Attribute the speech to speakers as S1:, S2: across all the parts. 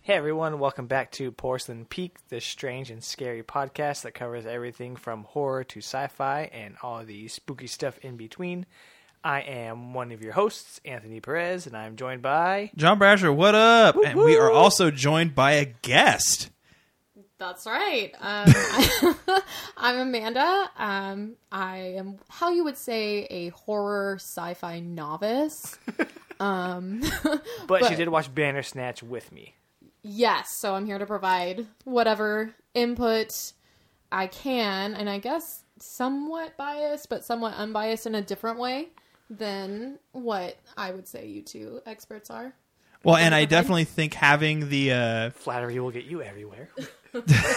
S1: Hey everyone, welcome back to Porcelain Peak, the strange and scary podcast that covers everything from horror to sci-fi and all the spooky stuff in between. I am one of your hosts, Anthony Perez, and I'm joined by
S2: John Brasher, what up? And we are also joined by a guest.
S3: That's right. Um, I'm Amanda. Um, I am how you would say a horror sci-fi novice.
S1: but, she
S3: But-
S1: did watch Bandersnatch with me.
S3: Yes, so I'm here to provide whatever input I can, and I guess somewhat biased, but somewhat unbiased in a different way than what I would say you two experts are.
S2: Well, and I definitely think having the uh
S1: Flattery will get you everywhere.
S2: I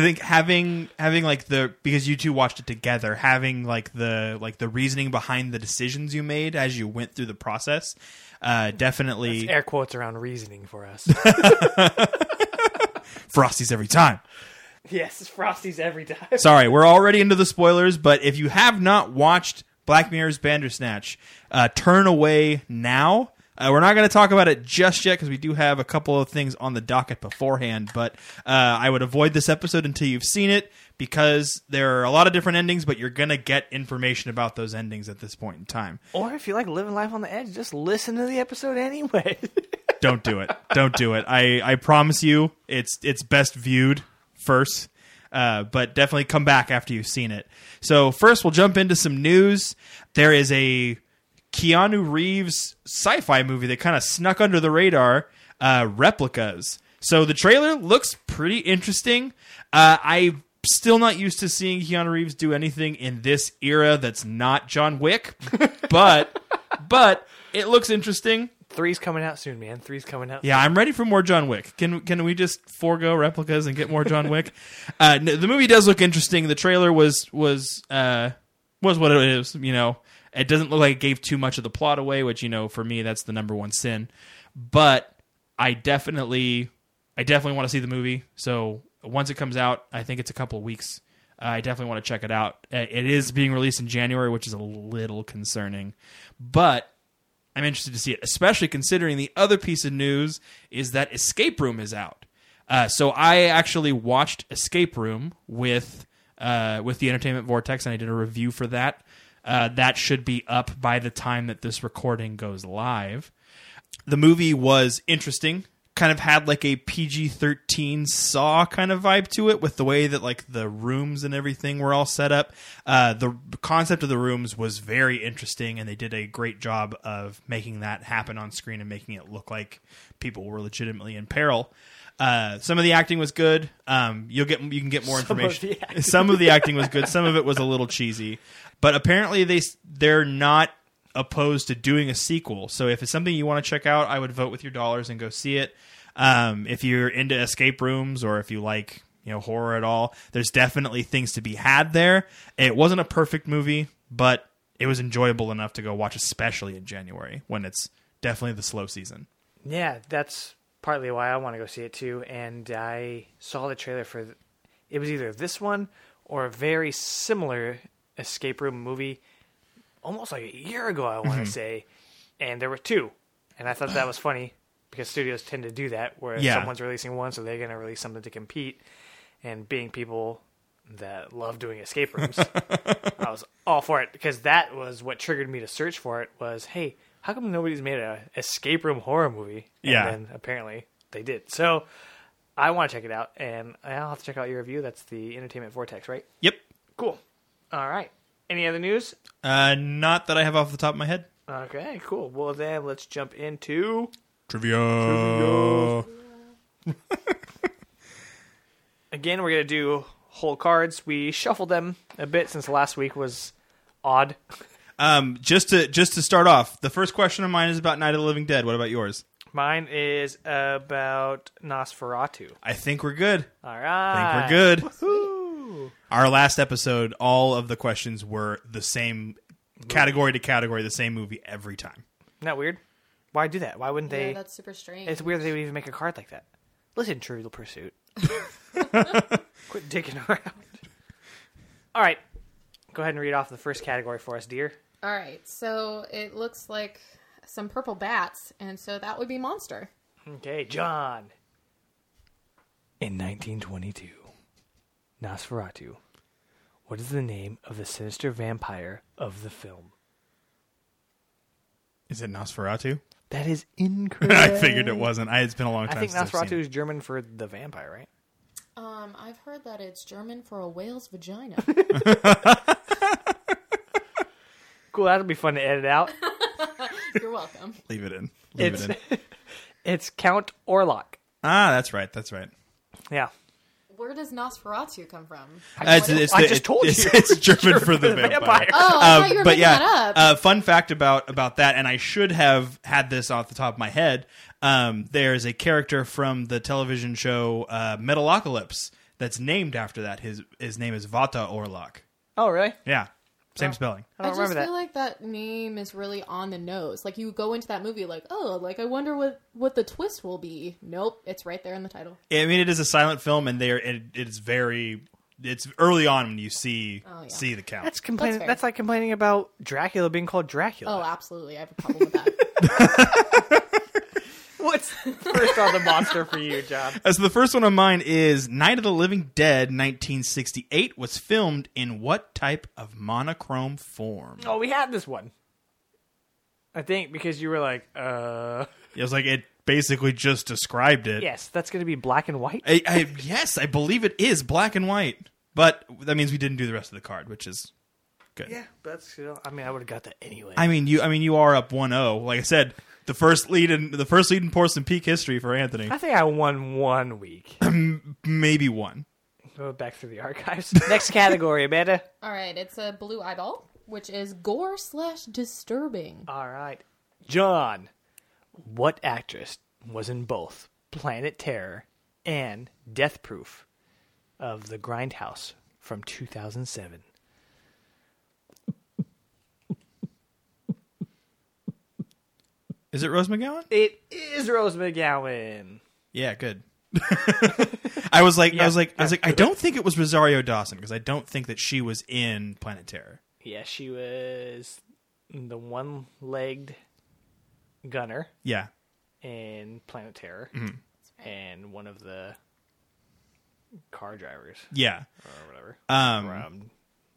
S2: think having having like the because you two watched it together, having like the like the reasoning behind the decisions you made as you went through the process, uh definitely
S1: Air quotes around reasoning for us.
S2: frosties every time.
S1: yes, Frosty's every time.
S2: Sorry, we're already into the spoilers, but if you have not watched Black Mirror's Bandersnatch, uh, turn away now. Uh, we're not going to talk about it just yet because we do have a couple of things on the docket beforehand, but uh, I would avoid this episode until you've seen it because there are a lot of different endings, but you're going to get information about those endings at this point in time.
S1: Or if you like living life on the edge, just listen to the episode anyway.
S2: Don't do it. Don't do it. I, I promise you, it's it's best viewed first, uh, but definitely come back after you've seen it. So first, we'll jump into some news. There is a Keanu Reeves sci-fi movie that kind of snuck under the radar. Uh, replicas. So the trailer looks pretty interesting. Uh, I'm still not used to seeing Keanu Reeves do anything in this era that's not John Wick, but but it looks interesting.
S1: Three's coming out soon, man. Three's coming out.
S2: Yeah, I'm ready for more John Wick. Can can we just forego replicas and get more John Wick? uh, no, the movie does look interesting. The trailer was was uh, was what it is. You know, it doesn't look like it gave too much of the plot away, which you know for me that's the number one sin. But I definitely I definitely want to see the movie. So once it comes out, I think it's a couple of weeks. uh, I definitely want to check it out. Uh, It is being released in January, which is a little concerning, but I'm interested to see it, especially considering the other piece of news is that Escape Room is out. Uh, so I actually watched Escape Room with uh, with the Entertainment Vortex, and I did a review for that. Uh, that should be up by the time that this recording goes live. The movie was interesting. Kind of had like a PG thirteen Saw kind of vibe to it, with the way that like the rooms and everything were all set up. Uh, the concept of the rooms was very interesting, and they did a great job of making that happen on screen and making it look like people were legitimately in peril. Uh, some of the acting was good. Um, you'll get you can get more
S1: Some of
S2: information.
S1: the acting.
S2: some of the acting was good. Some of it was a little cheesy, but apparently they s- they're not opposed to doing a sequel. So if it's something you want to check out, I would vote with your dollars and go see it. Um, if you're into escape rooms or if you like you know horror at all, there's definitely things to be had there. It wasn't a perfect movie, but it was enjoyable enough to go watch, especially in January when it's definitely the slow season.
S1: Yeah, that's partly why I want to go see it too. And I saw the trailer for th- it was either this one or a very similar escape room movie almost like a year ago, I want to say. And there were two. And I thought that was funny because studios tend to do that where
S2: Yeah.
S1: someone's releasing one, so they're going to release something to compete. And being people that love doing escape rooms, I was all for it because that was what triggered me to search for it. Was hey, how come nobody's made a escape room horror movie? And
S2: Yeah.
S1: then apparently they did. So I want to check it out, and I'll have to check out your review. That's the Entertainment Vortex, right?
S2: Yep.
S1: Cool. All right. Any other news?
S2: Uh, not that I have off the top of my head.
S1: Okay, cool. Well then, let's jump into
S2: Trivia.
S1: again. We're gonna do whole cards. We shuffled them a bit since last week was odd.
S2: Um, just to just to start off, the first question of mine is about Night of the Living Dead. What about yours?
S1: Mine is about Nosferatu.
S2: I think we're good.
S1: All
S2: I
S1: right,
S2: think we're good.
S1: Woo.
S2: Our last episode, all of the questions were the same category to category, the same movie every time.
S1: Isn't that weird? Why do that? Why wouldn't
S3: yeah,
S1: they?
S3: that's super strange.
S1: it's weird they would even make a card like that. Listen, Trivial Pursuit. Quit digging around. All right, go ahead and read off the first category for us, dear.
S3: All right, so it looks like some purple bats, and so that would be monster.
S1: Okay, John. In 1922, Nosferatu. What is the name of the sinister vampire of the film?
S2: Is it Nosferatu?
S1: That is incorrect.
S2: I figured it wasn't. I, it's been a long
S1: I
S2: time.
S1: think
S2: since I've
S1: Nosferatu
S2: seen it.
S1: is German for the vampire, right?
S3: Um, I've heard that it's German for a whale's vagina.
S1: Cool. That'll be fun to edit out.
S3: You're welcome.
S2: Leave it in. Leave
S1: it's
S2: it in.
S1: it's Count Orlok.
S2: Ah, that's right. That's right.
S1: Yeah.
S3: Where does Nosferatu come from?
S2: Uh, it's, it's
S1: I
S2: the-
S1: just told
S2: it's,
S1: you.
S2: It's German for the vampire.
S3: Oh, I
S2: Uh,
S3: thought you were
S2: but
S3: making
S2: yeah,
S3: that up.
S2: Uh, fun fact about about that, and I should have had this off the top of my head. Um, there is a character from the television show uh, Metalocalypse that's named after that. His his name is Vata Orlok.
S1: Oh, really?
S2: Yeah,
S3: Oh.
S2: same spelling.
S1: I don't
S3: just
S1: remember that.
S3: feel like that name is really on the nose. Like you go into that movie, like oh, like I wonder what what the twist will be. Nope, it's right there in the title.
S2: I mean, it is a silent film, and there it, it's very. It's early on when you see
S3: Oh, yeah.
S2: see the count.
S1: That's complaining.
S3: That's
S1: That's,
S3: fair.
S1: like complaining about Dracula being called
S3: Oh,
S1: Dracula.
S3: absolutely, I have a problem with that.
S1: What's first on the monster for you, John?
S2: Uh, so the first one on mine is Night of the Living Dead, 1968, was filmed in what type of monochrome form?
S1: Oh, we had this one. I think because you were like, uh,
S2: It was like it basically just described it.
S1: yes, that's going to be black and white.
S2: I, I, yes, I believe it is black and white, but that means we didn't do the rest of the card, which is good.
S1: Yeah, that's. You know, I mean, I would have got that anyway.
S2: I mean, you. I mean, you are up 1-0. Like I said, the first lead in the first lead in porcelain peak history for Anthony.
S1: I think I won one week.
S2: Maybe one.
S1: Go back through the archives. Next category, Amanda.
S3: All right, it's a blue eyeball, which is gore slash disturbing.
S1: All right, John. What actress was in both Planet Terror and Death Proof of the Grindhouse from 2007?
S2: Is it Rose McGowan?
S1: It is Rose McGowan.
S2: Yeah, good. I was like, I
S1: Yeah,
S2: was like, I was like, I don't think it was Rosario Dawson because I don't think that she was in Planet Terror.
S1: Yeah, she was the one-legged gunner
S2: Yeah,
S1: in Planet Terror, and one of the car drivers
S2: yeah,
S1: or whatever
S2: um,
S1: from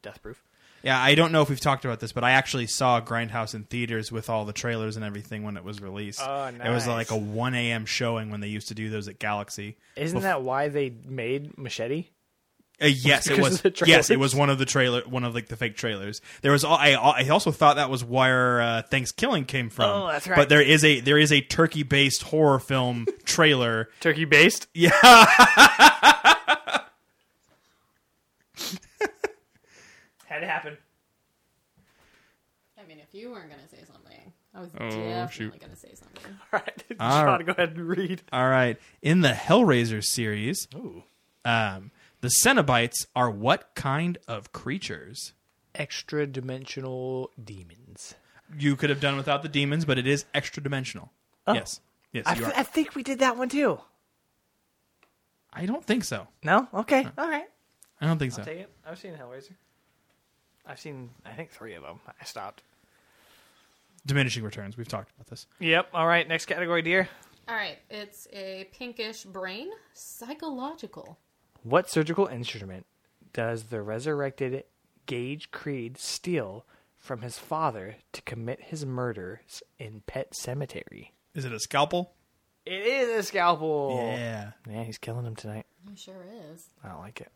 S1: Death Proof.
S2: yeah. I don't know if we've talked about this, but I actually saw Grindhouse in theaters with all the trailers and everything when it was released.
S1: Oh,
S2: It
S1: nice.
S2: was like a one a.m. showing when they used to do those at Galaxy.
S1: Isn't that why they made Machete?
S2: Uh, yes, it
S1: Because
S2: was.
S1: of the
S2: Yes, it
S1: trailers?
S2: was one of the trailer, one of like the fake trailers. There was. All, I I also thought that was where uh, Thanksgiving came from.
S1: Oh, that's right.
S2: But there is a there is a turkey based horror film trailer
S1: Turkey based?
S2: Yeah.
S1: Had it happen.
S3: I mean, if you weren't gonna say something, I was
S4: Oh,
S3: definitely
S4: shoot.
S3: gonna say something.
S1: All right.
S2: All
S1: John,
S2: right.
S1: go ahead and read.
S2: All right. In the Hellraiser series,
S1: Ooh.
S2: um, the Cenobites are what kind of creatures?
S1: Extra dimensional demons.
S2: You could have done without the demons, but it is extra dimensional. Yes. Yes,
S1: Oh. I,
S2: you
S1: th-
S2: are.
S1: I think we did that one too.
S2: I don't think so.
S1: No? Okay. All right.
S2: I don't think so.
S1: Take it. I've seen Hellraiser. I've seen, I think, three of them. I stopped.
S2: Diminishing returns. We've talked about this.
S1: Yep. All right. Next category, dear.
S3: All right, it's a pinkish brain, psychological.
S1: What surgical instrument does the resurrected Gage Creed steal from his father to commit his murders in Pet Cemetery?
S2: Is it a scalpel?
S1: It is a scalpel.
S2: Yeah.
S1: Yeah, he's killing him tonight.
S3: It sure is.
S1: I don't like it.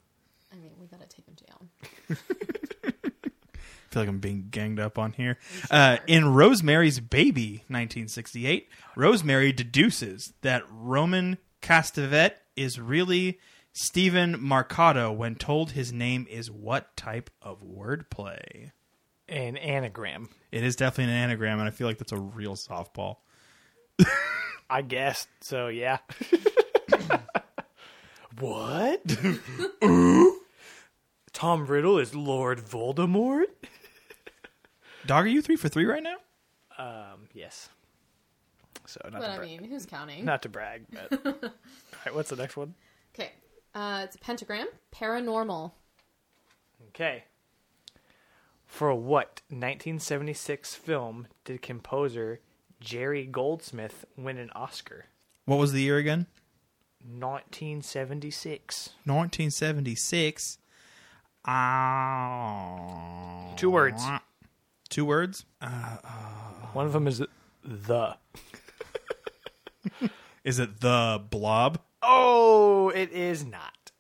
S3: I mean, we gotta take him down.
S2: I feel like I'm being ganged up on here. Uh, in Rosemary's Baby, 1968, Rosemary deduces that Roman Castevet is really Stephen Marcato when told his name is what type of wordplay?
S1: An anagram.
S2: It is definitely an anagram, and I feel like that's a real softball.
S1: I guess. So, yeah. what? Tom Riddle is Lord Voldemort?
S2: Dog, are you three for three right now?
S1: Um, yes. So, not,
S3: But
S1: to,
S3: I
S1: bra-
S3: mean, who's counting?
S1: not to brag, but. All right, what's the next one?
S3: Okay, uh, it's a pentagram, paranormal.
S1: Okay. For what 1976 film did composer Jerry Goldsmith win an Oscar?
S2: What was the year again?
S1: 1976.
S2: 1976. Ah.
S1: Two words.
S2: Two words.
S1: One of them is the.
S2: Is it the blob?
S1: Oh, it is not.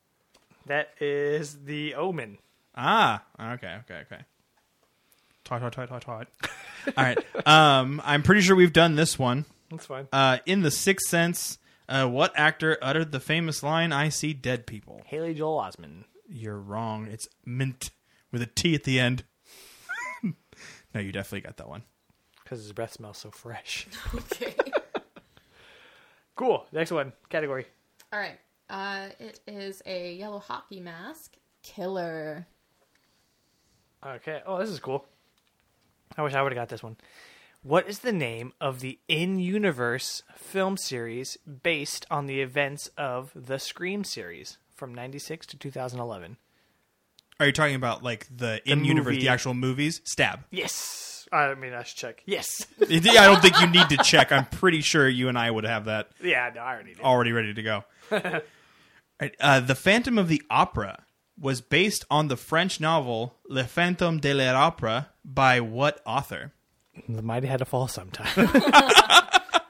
S1: That is the Omen.
S2: Ah, okay, okay, okay. Tight, tight, tight, tight, tight. All right. Um, I'm pretty sure we've done this one.
S1: That's fine.
S2: Uh, in The Sixth Sense, uh, what actor uttered the famous line, I see dead people?
S1: Haley Joel Osment.
S2: You're wrong. It's mint with a T at the end. no, you definitely got that one.
S1: Because his breath smells so fresh.
S3: Okay.
S1: Cool. Next one. Category.
S3: All right. Uh, it is a yellow hockey mask. Killer.
S1: Okay. Oh, this is cool. I wish I would have got this one. What is the name of the in universe film series based on the events of the Scream series from 96 to 2011?
S2: Are you talking about like the, in universe,
S1: movie.
S2: the actual movies? Stab.
S1: Yes. I mean, I should check. Yes.
S2: I don't think you need to check. I'm pretty sure you and I would have that
S1: yeah, no, I already did.
S2: already ready to go. All right, uh, the Phantom of the Opera was based on the French novel Le Phantom de l'Opera by what author?
S1: Oh, The mighty had to fall sometime. I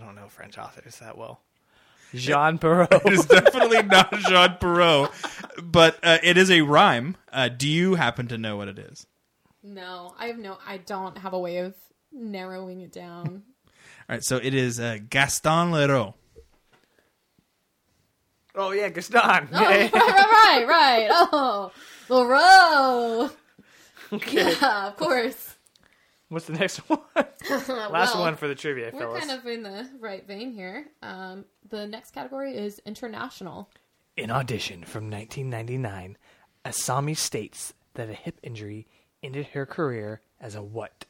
S1: don't know French authors that well. Jean Perrault.
S2: It's definitely not Jean Perrault, but uh, it is a rhyme. Uh, do you happen to know what it is?
S3: No, I have no. I don't have a way of narrowing it down.
S2: All right, so it is uh, Gaston Leroux.
S1: Oh yeah, Gaston.
S3: oh, right, right, right, right. Oh, Leroux. Yeah, of course.
S1: What's the next one? Last
S3: Well,
S1: one for the trivia,
S3: We're
S1: fellas.
S3: kind of in the right vein here. Um, the next category is international.
S1: In audition from 1999, Asami states that a hip injury ended her career as a what?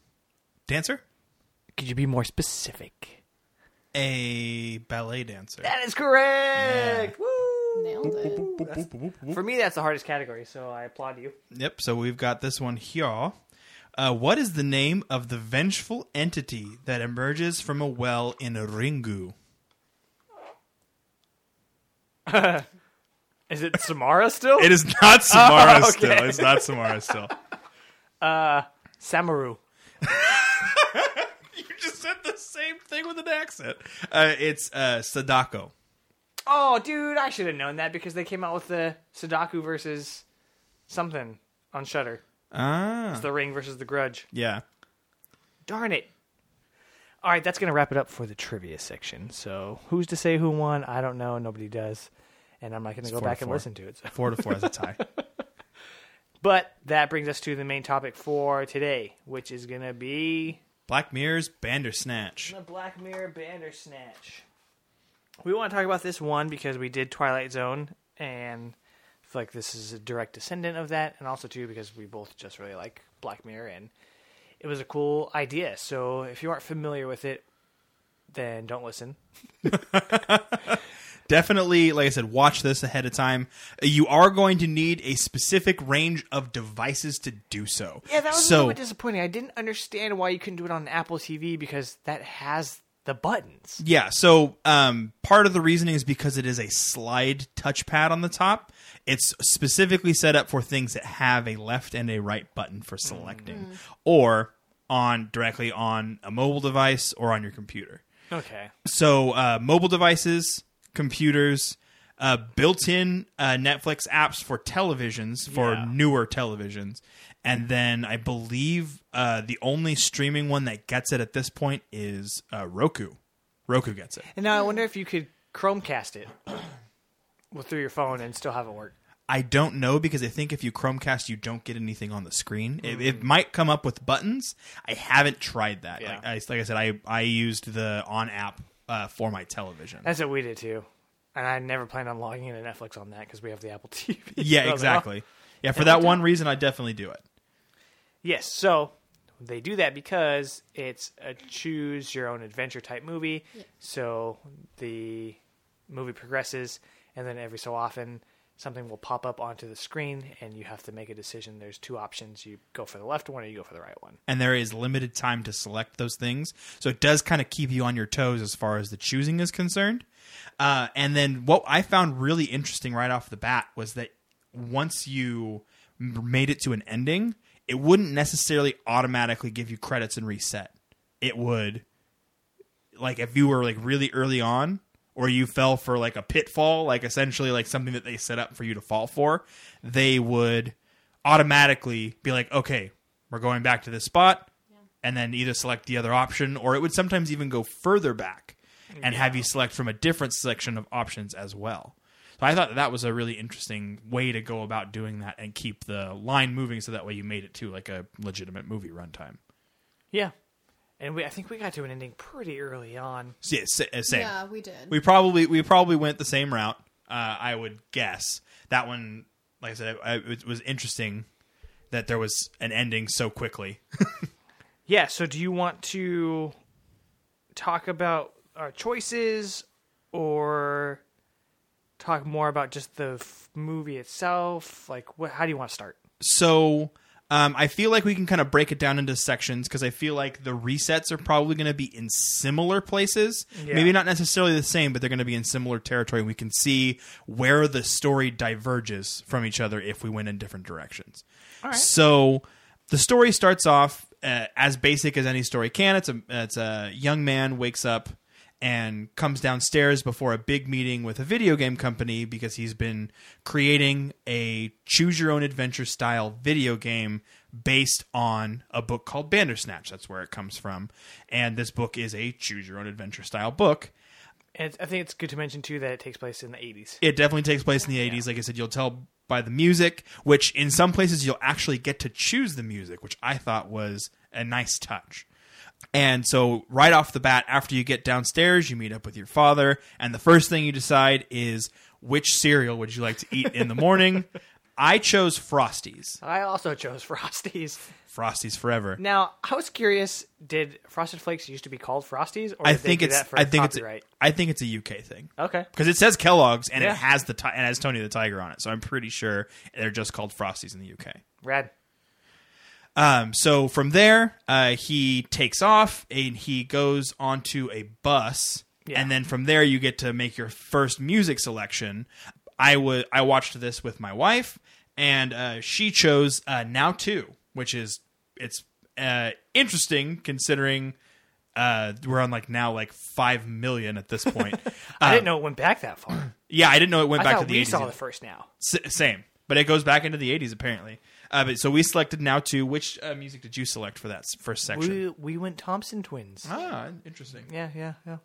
S2: Dancer?
S1: Could you be more specific?
S2: A ballet dancer.
S1: That is correct. Woo!
S3: Nailed it.
S1: For me, that's the hardest category, so I applaud you.
S2: Yep, so we've got this one here. Uh, what is the name of the vengeful entity that emerges from a well in Ringu?
S1: Is it Samara still?
S2: It is not Samara
S1: okay.
S2: still. It's not Samara still.
S1: Samaru.
S2: you just said the same thing with an accent. Uh, it's uh, Sadako.
S1: Oh, dude, I should have known that because they came out with the Sudoku versus something on Shutter.
S2: Ah.
S1: The Ring versus the Grudge.
S2: Yeah.
S1: Darn it. All right, that's going to wrap it up for the trivia section. So, who's to say who won? I don't know. Nobody does. And I'm not going to go
S2: four to
S1: back and
S2: four.
S1: listen to it. so.
S2: Four to four is a tie.
S1: But that brings us to the main topic for today, which is going to be
S2: Black Mirror's Bandersnatch.
S1: the Black Mirror Bandersnatch. We want to talk about this one because we did Twilight Zone, and I feel like this is a direct descendant of that, and also too because we both just really like Black Mirror, and it was a cool idea. So if you aren't familiar with it, then don't listen.
S2: Definitely, like I said, watch this ahead of time. Uh, You are going to need a specific range of devices to do so.
S1: Yeah, that was a
S2: so,
S1: little bit disappointing. I didn't understand why you couldn't do it on Apple TV because that has the buttons.
S2: Yeah, so um, part of the reasoning is because it is a slide touchpad on the top. It's specifically set up for things that have a left and a right button for selecting, or on directly on a mobile device or on your computer.
S1: Okay.
S2: So uh, mobile devices, computers, uh, built-in uh, Netflix apps for televisions for
S1: Yeah.
S2: newer televisions, and then I believe uh, the only streaming one that gets it at this point is uh, Roku. Roku gets it.
S1: And now I wonder if you could Chromecast it well, through your phone and still have it work.
S2: I don't know because I think if you Chromecast, you don't get anything on the screen. It, it might come up with buttons. I haven't tried that.
S1: Yeah.
S2: Like, I, like I said, I I used the on app uh, for my television.
S1: That's what we did too. And I never planned on logging into Netflix on that because we have the Apple TV. So I
S2: yeah,
S1: was like, oh.
S2: exactly. Yeah, for that one reason, I definitely do it.
S1: Yes, so they do that because it's a choose your own adventure type movie. So the movie progresses, and then every so often something will pop up onto the screen and you have to make a decision. There's two options. You go for the left one or you go for the right one.
S2: and there is limited time to select those things. So it does kind of keep you on your toes as far as the choosing is concerned. Uh, and then what I found really interesting right off the bat was that once you m- made it to an ending, it wouldn't necessarily automatically give you credits and reset. It would, like, if you were like really early on or you fell for like a pitfall, like essentially like something that they set up for you to fall for, they would automatically be like, okay, we're going back to this spot, and then either select the other option, or it would sometimes even go further back and have you select from a different selection of options as well. So I thought that, that was a really interesting way to go about doing that and keep the line moving, so that way you made it to like a legitimate movie runtime.
S1: Yeah. And we, I think we got to an ending pretty early on.
S2: So, yeah, sa- uh, same.
S3: Yeah, we did.
S2: We probably we probably went the same route. Uh, I would guess that one. Like I said, I, it was interesting that there was an ending so quickly.
S1: Yeah. So do you want to talk about our choices or talk more about just the f- movie itself? Like, what, how do you want to start?
S2: so um, I feel like we can kind of break it down into sections because I feel like the resets are probably going to be in similar places.
S1: Yeah.
S2: Maybe not necessarily the same, but they're going to be in similar territory. We can see where the story diverges from each other if we went in different directions. So the story starts off uh, as basic as any story can. It's a it's a young man wakes up and comes downstairs before a big meeting with a video game company because he's been creating a choose your own adventure style video game based on a book called Bandersnatch. That's where it comes from. And this book is a choose your own adventure style book.
S1: And it's- I think it's good to mention too that it takes place in the 80s.
S2: It definitely takes place in the 80s. Like I said, you'll tell by the music, which in some places you'll actually get to choose the music, which I thought was a nice touch. And so, right off the bat, after you get downstairs, you meet up with your father, and the first thing you decide is which cereal would you like to eat in the morning? I chose Frosties.
S1: I also chose Frosties.
S2: Frosties forever.
S1: Now, I was curious: did Frosted Flakes used to be called Frosties, or
S2: I
S1: did they
S2: think
S1: do
S2: it's
S1: that for
S2: I think it's
S1: copyright?
S2: I think it's a UK thing.
S1: Okay,
S2: because it says Kellogg's and
S1: Yeah.
S2: it has the ti- and has Tony the Tiger on it. So I'm pretty sure they're just called Frosties in the UK.
S1: rad.
S2: Um, so from there, uh, he takes off and he goes onto a bus,
S1: Yeah.
S2: and then from there you get to make your first music selection. I would I watched this with my wife, and uh, she chose uh, "Now Too," which is it's uh, interesting considering uh, we're on like now like five million at this point. Uh,
S1: I didn't know it went back that far.
S2: yeah, I didn't know it went
S1: I
S2: back
S1: thought
S2: to the
S1: we
S2: 80s
S1: saw
S2: either.
S1: the first now.
S2: S- same, but it goes back into the '80s apparently. Uh, but so we selected now too. Which uh, music did you select for that s- first section?
S1: We we went Thompson Twins.
S2: ah, interesting.
S1: Yeah, yeah, yeah.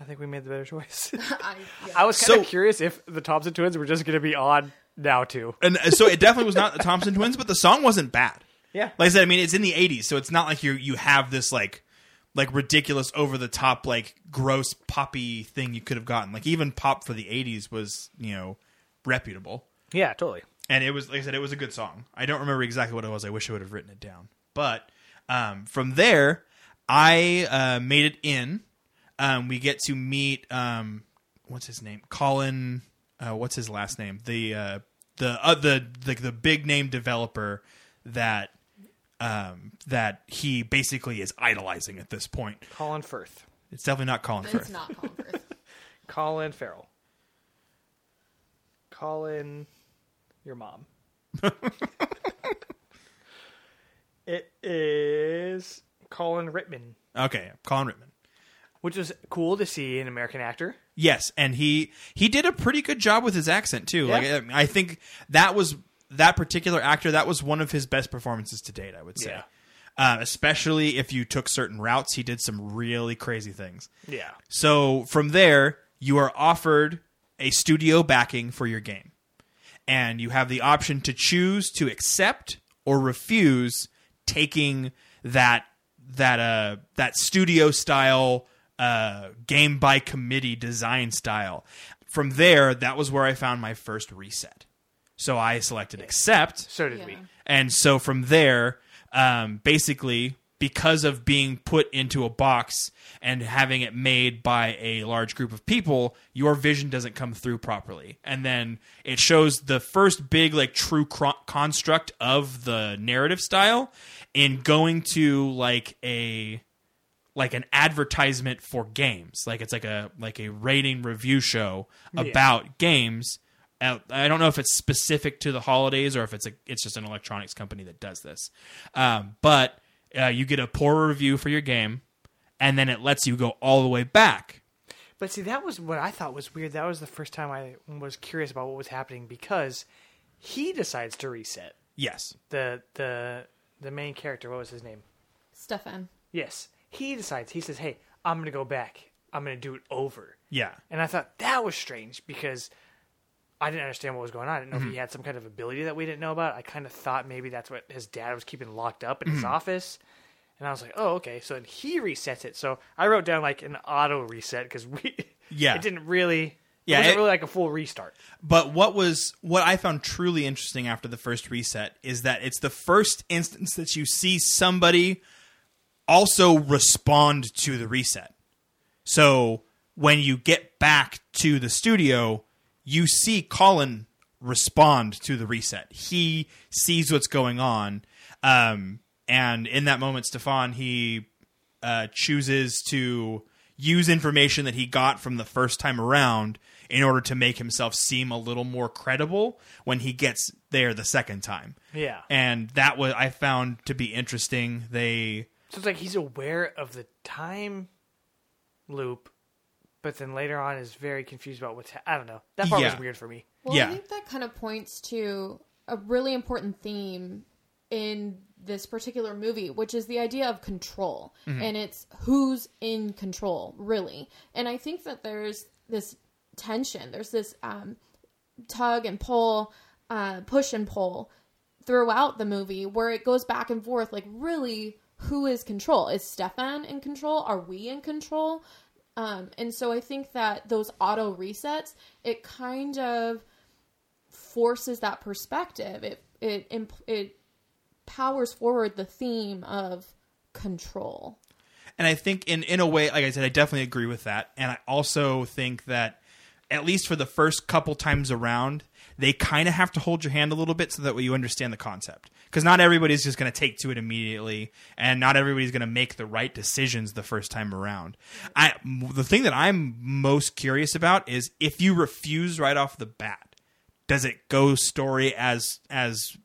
S1: I think we made the better choice.
S3: I, yeah.
S1: I was kind of
S2: So-
S1: curious if the Thompson Twins were just going to be on now too.
S2: And uh, so it definitely was not the Thompson Twins, but the song wasn't bad.
S1: Yeah.
S2: like I said, I mean it's in the '80s, so it's not like you you have this like like ridiculous over the top like gross poppy thing you could have gotten. Like even pop for the '80s was you know reputable.
S1: Yeah, totally.
S2: and it was like I said, it was a good song. I don't remember exactly what it was. I wish I would have written it down. But um, from there, I uh, made it in. Um, we get to meet um, what's his name, Colin. Uh, what's his last name? The uh, the uh, the like the big name developer that um, that he basically is idolizing at this point.
S1: Colin Firth,
S2: It's definitely not Colin
S3: It's
S2: Firth.
S3: not Colin Firth.
S1: Colin Farrell, Colin, your mom. it is Colin Rittman.
S2: Okay, Colin Rittman.
S1: which was cool to see an American actor.
S2: Yes, and he he did a pretty good job with his accent too. Like
S1: Yeah.
S2: I I think that was that particular actor that was one of his best performances to date. I would say,
S1: Yeah.
S2: uh, especially if you took certain routes, he did some really crazy things.
S1: Yeah,
S2: So from there, you are offered a studio backing for your game. And you have the option to choose to accept or refuse taking that that uh that studio style uh game by committee design style. From there, that was where I found my first reset. So I selected accept
S1: so did
S3: Yeah.
S1: we.
S2: and so from there, um, basically,
S4: because of being put into a box and having it made by a large group of people, your vision doesn't come through properly. And then it shows the first big, like, true cro- construct of the narrative style in going to, like, a like an advertisement for games like it's like a like a rating review show about games Uh, i don't know if it's specific to the holidays or if it's a it's just an electronics company that does this um, but uh, you get a poor review for your game and then it lets you go all the way back
S1: But see, that was what I thought was weird. That was the first time I was curious about what was happening because he decides to reset
S4: yes
S1: the the the main character. What was his name?
S3: Stefan.
S1: Yes, he decides. He says, "Hey, I'm gonna go back. I'm gonna do it over."
S4: yeah
S1: And I thought that was strange because I didn't understand what was going on. I didn't
S2: Mm-hmm.
S1: know if he had some kind of ability that we didn't know about. I kind of thought maybe that's what his dad was keeping locked up in his
S2: Mm-hmm.
S1: office. And I was like, oh, okay. So then he resets it. So I wrote down like an auto reset because we,
S2: Yeah.
S1: it didn't really,
S2: Yeah,
S1: it wasn't
S2: it-
S1: really like a full restart.
S2: But what was what I found truly interesting after the first reset is that it's the first instance that you see somebody also respond to the reset. So when you get back to the studio, you see Colin respond to the reset. He sees what's going on. Um, and in that moment, Stefan, he uh, chooses to use information that he got from the first time around in order to make himself seem a little more credible when he gets there the second time.
S1: Yeah.
S2: And that was I found to be interesting. They
S1: So it's like he's aware of the time loop, but then later on is very confused about what's, ha- I don't know. That part
S2: Yeah.
S1: was weird for me.
S3: Well,
S2: Yeah.
S3: I think that kind of points to a really important theme in this particular movie, which is the idea of control. And it's who's in control, really. And I think that there's this tension, there's this um, tug and pull, uh, push and pull throughout the movie where it goes back and forth like, really, who is control? Is Stefan in control? Are we in control? Um, and so I think that those auto resets, it kind of forces that perspective. It it imp- it powers forward the theme of control.
S2: and I think in in a way, like I said, I definitely agree with that. And I also think that at least for the first couple times around, they kind of have to hold your hand a little bit so that way you understand the concept. Because not everybody's just going to take to it immediately, and not everybody's going to make the right decisions the first time around. I m- the thing that I'm most curious about is if you refuse right off the bat, does it go story as as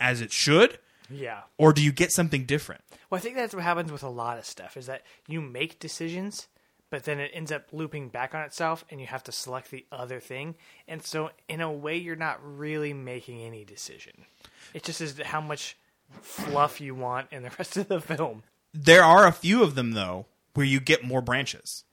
S2: as it should,
S1: Yeah.
S2: or do you get something different?
S1: Well, I think that's what happens with a lot of stuff is that you make decisions, but then it ends up looping back on itself and you have to select the other thing. And so, in a way, you're not really making any decision. It just is how much fluff you want in the rest of the film.
S2: there are a few of them though where you get more branches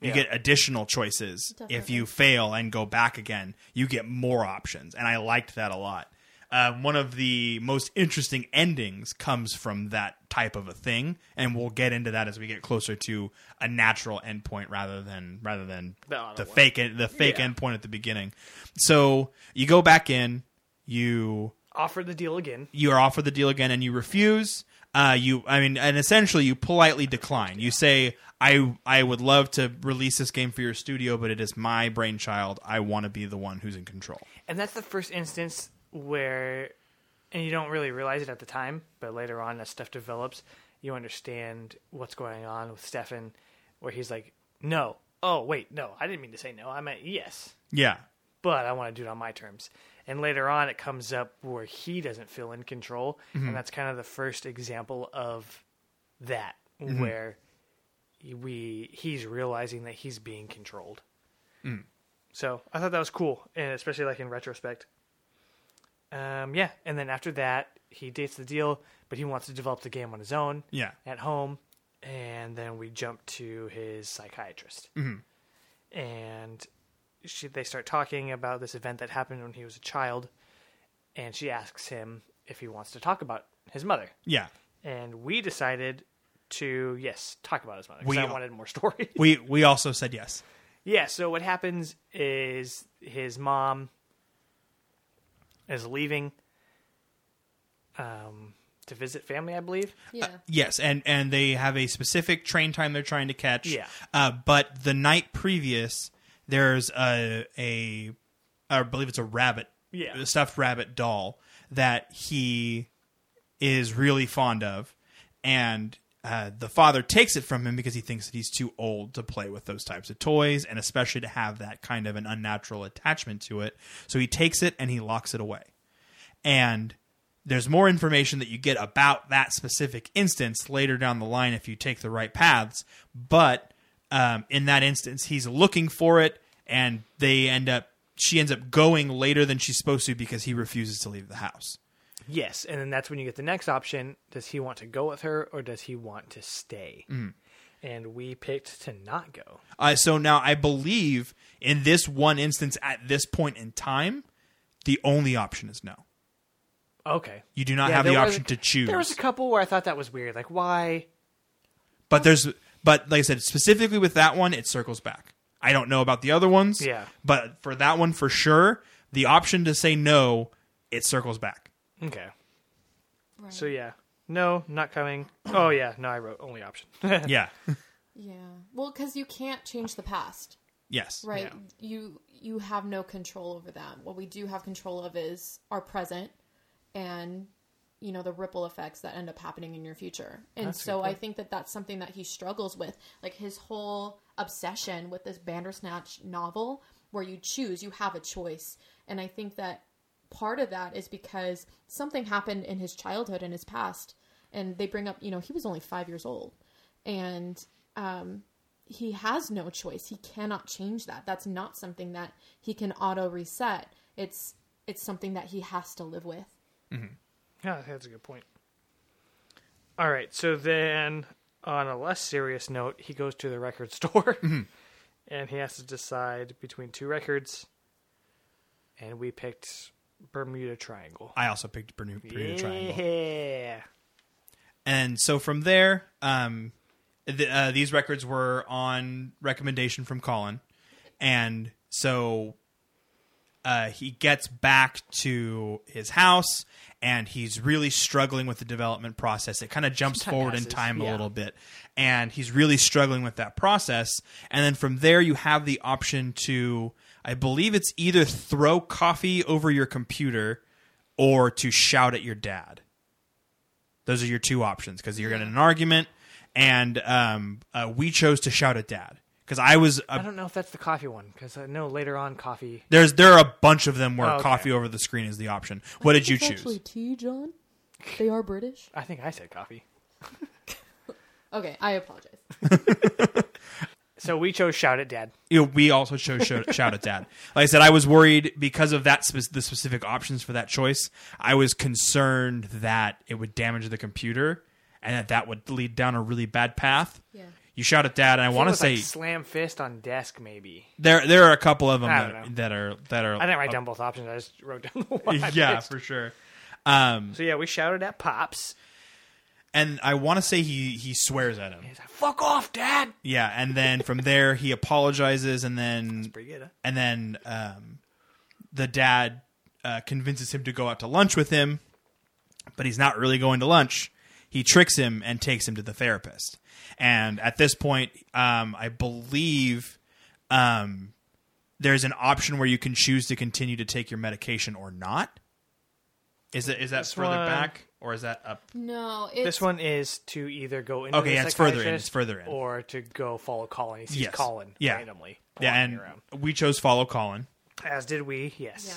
S2: you
S1: Yeah.
S2: get additional choices if you fail and go back again you get more options and i liked that a lot uh, one of the most interesting endings comes from that type of a thing and we'll get into that as we get closer to a natural endpoint rather than rather than
S1: The auto
S2: the
S1: one.
S2: fake e, the fake endpoint at the beginning so you go back in you
S1: Offer the deal again.
S2: you are offered the deal again and you refuse uh you i mean and essentially you politely decline you say i i would love to release this game for your studio but it is my brainchild i want to be the one who's in control
S1: And that's the first instance where, and you don't really realize it at the time, but later on, as stuff develops, you understand what's going on with Stefan, where he's like, no. Oh, wait, no, I didn't mean to say no. I meant yes.
S2: yeah
S1: but I want to do it on my terms. And later on, it comes up where he doesn't feel in control, and that's kind of the first example of that, where we he's realizing that he's being controlled. So I thought that was cool, and especially like in retrospect. Um, yeah, and then after that, he dates the deal, but he wants to develop the game on his own
S2: yeah
S1: at home, and then we jump to his psychiatrist, and she they start talking about this event that happened when he was a child, and she asks him if he wants to talk about his mother,
S2: yeah
S1: and we decided to yes talk about his mother
S2: We-
S1: because I wanted more story.
S2: we we also said yes
S1: Yeah, so what happens is his mom is leaving. Um, to visit family, I believe.
S3: Yeah.
S2: Yes, and and they have a specific train time they're trying to catch.
S1: Yeah.
S2: Uh, but the night previous, there's a a I believe it's a rabbit.
S1: Yeah.
S2: A stuffed rabbit doll that he is really fond of, and. Uh, the father takes it from him because he thinks that he's too old to play with those types of toys and especially to have that kind of an unnatural attachment to it. So he takes it and he locks it away and there's more information that you get about that specific instance later down the line if you take the right paths but um, in that instance he's looking for it and they end up she ends up going later than she's supposed to because he refuses to leave the house
S1: Yes, and then that's when you get the next option: does he want to go with her or does he want to stay?
S2: Mm.
S1: And we picked to not go.
S2: uh, so now i believe in this one instance at this point in time the only option is no
S1: Okay,
S2: you do not
S1: Yeah,
S2: have the
S1: there was-
S2: option to choose
S1: There was a couple where I thought that was weird. Like, why?
S2: But there's but like I said, specifically with that one, it circles back. I don't know about the other ones.
S1: Yeah.
S2: But for that one for sure, the option to say no, it circles back.
S1: Okay.
S3: Right.
S1: So yeah, no, not coming. Oh yeah, no, I wrote only option.
S2: yeah.
S3: yeah. Well, because you can't change the past.
S2: Yes.
S3: right
S1: Yeah.
S3: you you have no control over that what we do have control of is our present and you know the ripple effects that end up happening in your future and
S1: That's a good
S3: so i
S1: point.
S3: think that that's something that he struggles with like his whole obsession with this bandersnatch novel where you choose you have a choice and i think that part of that is because something happened in his childhood and his past and they bring up you know he was only five years old and um he has no choice. He cannot change that. That's not something that he can auto reset. It's it's something that he has to live with.
S1: Yeah, that's a good point. All right, so then on a less serious note, he goes to the record store
S2: Mm-hmm.
S1: and he has to decide between two records. And we picked Bermuda Triangle.
S2: I also picked Bermuda, Bermuda Triangle.
S1: Yeah.
S2: And so from there, um, th- uh, these records were on recommendation from Colin, and so uh, he gets back to his house, and he's really struggling with the development process. It kind of jumps
S1: Some time
S2: forward in
S1: passes,
S2: time a
S1: yeah.
S2: little bit, and he's really struggling with that process. And then from there, you have the option to, I believe it's either throw coffee over your computer or to shout at your dad. Those are your two options because you're in an argument, and um, uh, we chose to shout at dad because I was.
S1: I
S2: A,
S1: don't know if that's the coffee one because I know later on coffee.
S2: there's there are a bunch of them where
S1: Oh, okay.
S2: coffee over the screen is the option. What did you choose?
S3: Actually, tea, John. They are British.
S1: I think I said coffee.
S2: Mm.
S3: Okay, I apologize.
S1: So we chose Shout at Dad.
S2: You know, we also chose shout, shout at dad. Like I said, I was worried because of that spe- the specific options for that choice. I was concerned that it would damage the computer and that that would lead down a really bad path.
S3: Yeah.
S2: You shout at dad, and I want to
S1: It was
S2: say
S1: like slam fist on desk maybe.
S2: there there are a couple of them
S1: I don't
S2: that,
S1: know.
S2: that are that are.
S1: I didn't write down both options. I just wrote down the one. I
S2: Um, yeah,
S1: picked.
S2: for sure. Um,
S1: So yeah, we shouted at pops.
S2: and I want to say he he swears at him.
S1: He's like, "Fuck off, Dad."
S2: Yeah, and then from there he apologizes, and then
S1: Pretty good. Huh?
S2: and then um, the dad uh, convinces him to go out to lunch with him, but he's not really going to lunch. He tricks him and takes him to the therapist. And at this point, um, I believe um, there's an option where you can choose to continue to take your medication or not. Is it is that
S1: This
S2: further
S1: one-
S2: back or is that up?
S3: No, it's
S1: This one is to either go into
S2: Okay,
S1: the
S2: yeah, it's further in,
S1: psychiatrist
S2: it's further in.
S1: or to go follow Colin. He sees
S2: Yes.
S1: Colin
S2: Yeah.
S1: randomly.
S2: Yeah,
S1: walking
S2: and
S1: around.
S2: we chose follow Colin.
S1: as did we. Yes.
S3: Yeah.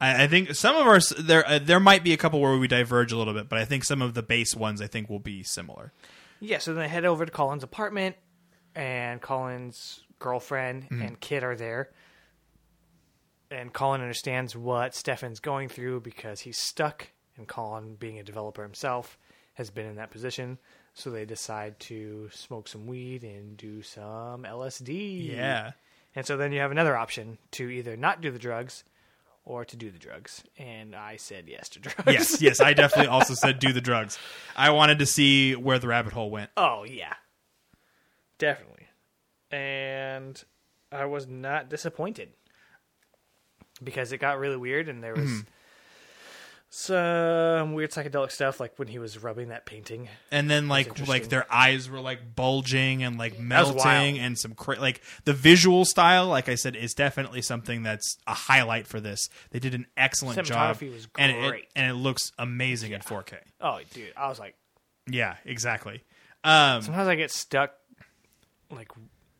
S2: I, I think some of our there uh, there might be a couple where we diverge a little bit, but I think some of the base ones I think will be similar.
S1: Yeah, so then they head over to Colin's apartment, and Colin's girlfriend
S2: Mm-hmm.
S1: and kid are there. And Colin understands what Stefan's going through because he's stuck, and Colin, being a developer himself, has been in that position. So they decide to smoke some weed and do some LSD.
S2: Yeah,
S1: And so then you have another option to either not do the drugs or to do the drugs. And I said yes to drugs.
S2: yes, yes. I definitely also said do the drugs. I wanted to see where the rabbit hole went.
S1: Oh yeah, definitely. And I was not disappointed because it got really weird, and there was some weird psychedelic stuff, like when he was rubbing that painting.
S2: and then like
S1: interesting.
S2: like their eyes were like bulging and like
S1: was wild.
S2: melting and some cra- like the visual style like i said is definitely something that's a highlight for this they did an excellent job
S1: Cinematography was
S2: and it-
S1: great.
S2: and it looks amazing in 4k
S1: Oh, dude, I was like,
S2: yeah exactly um
S1: sometimes I get stuck, like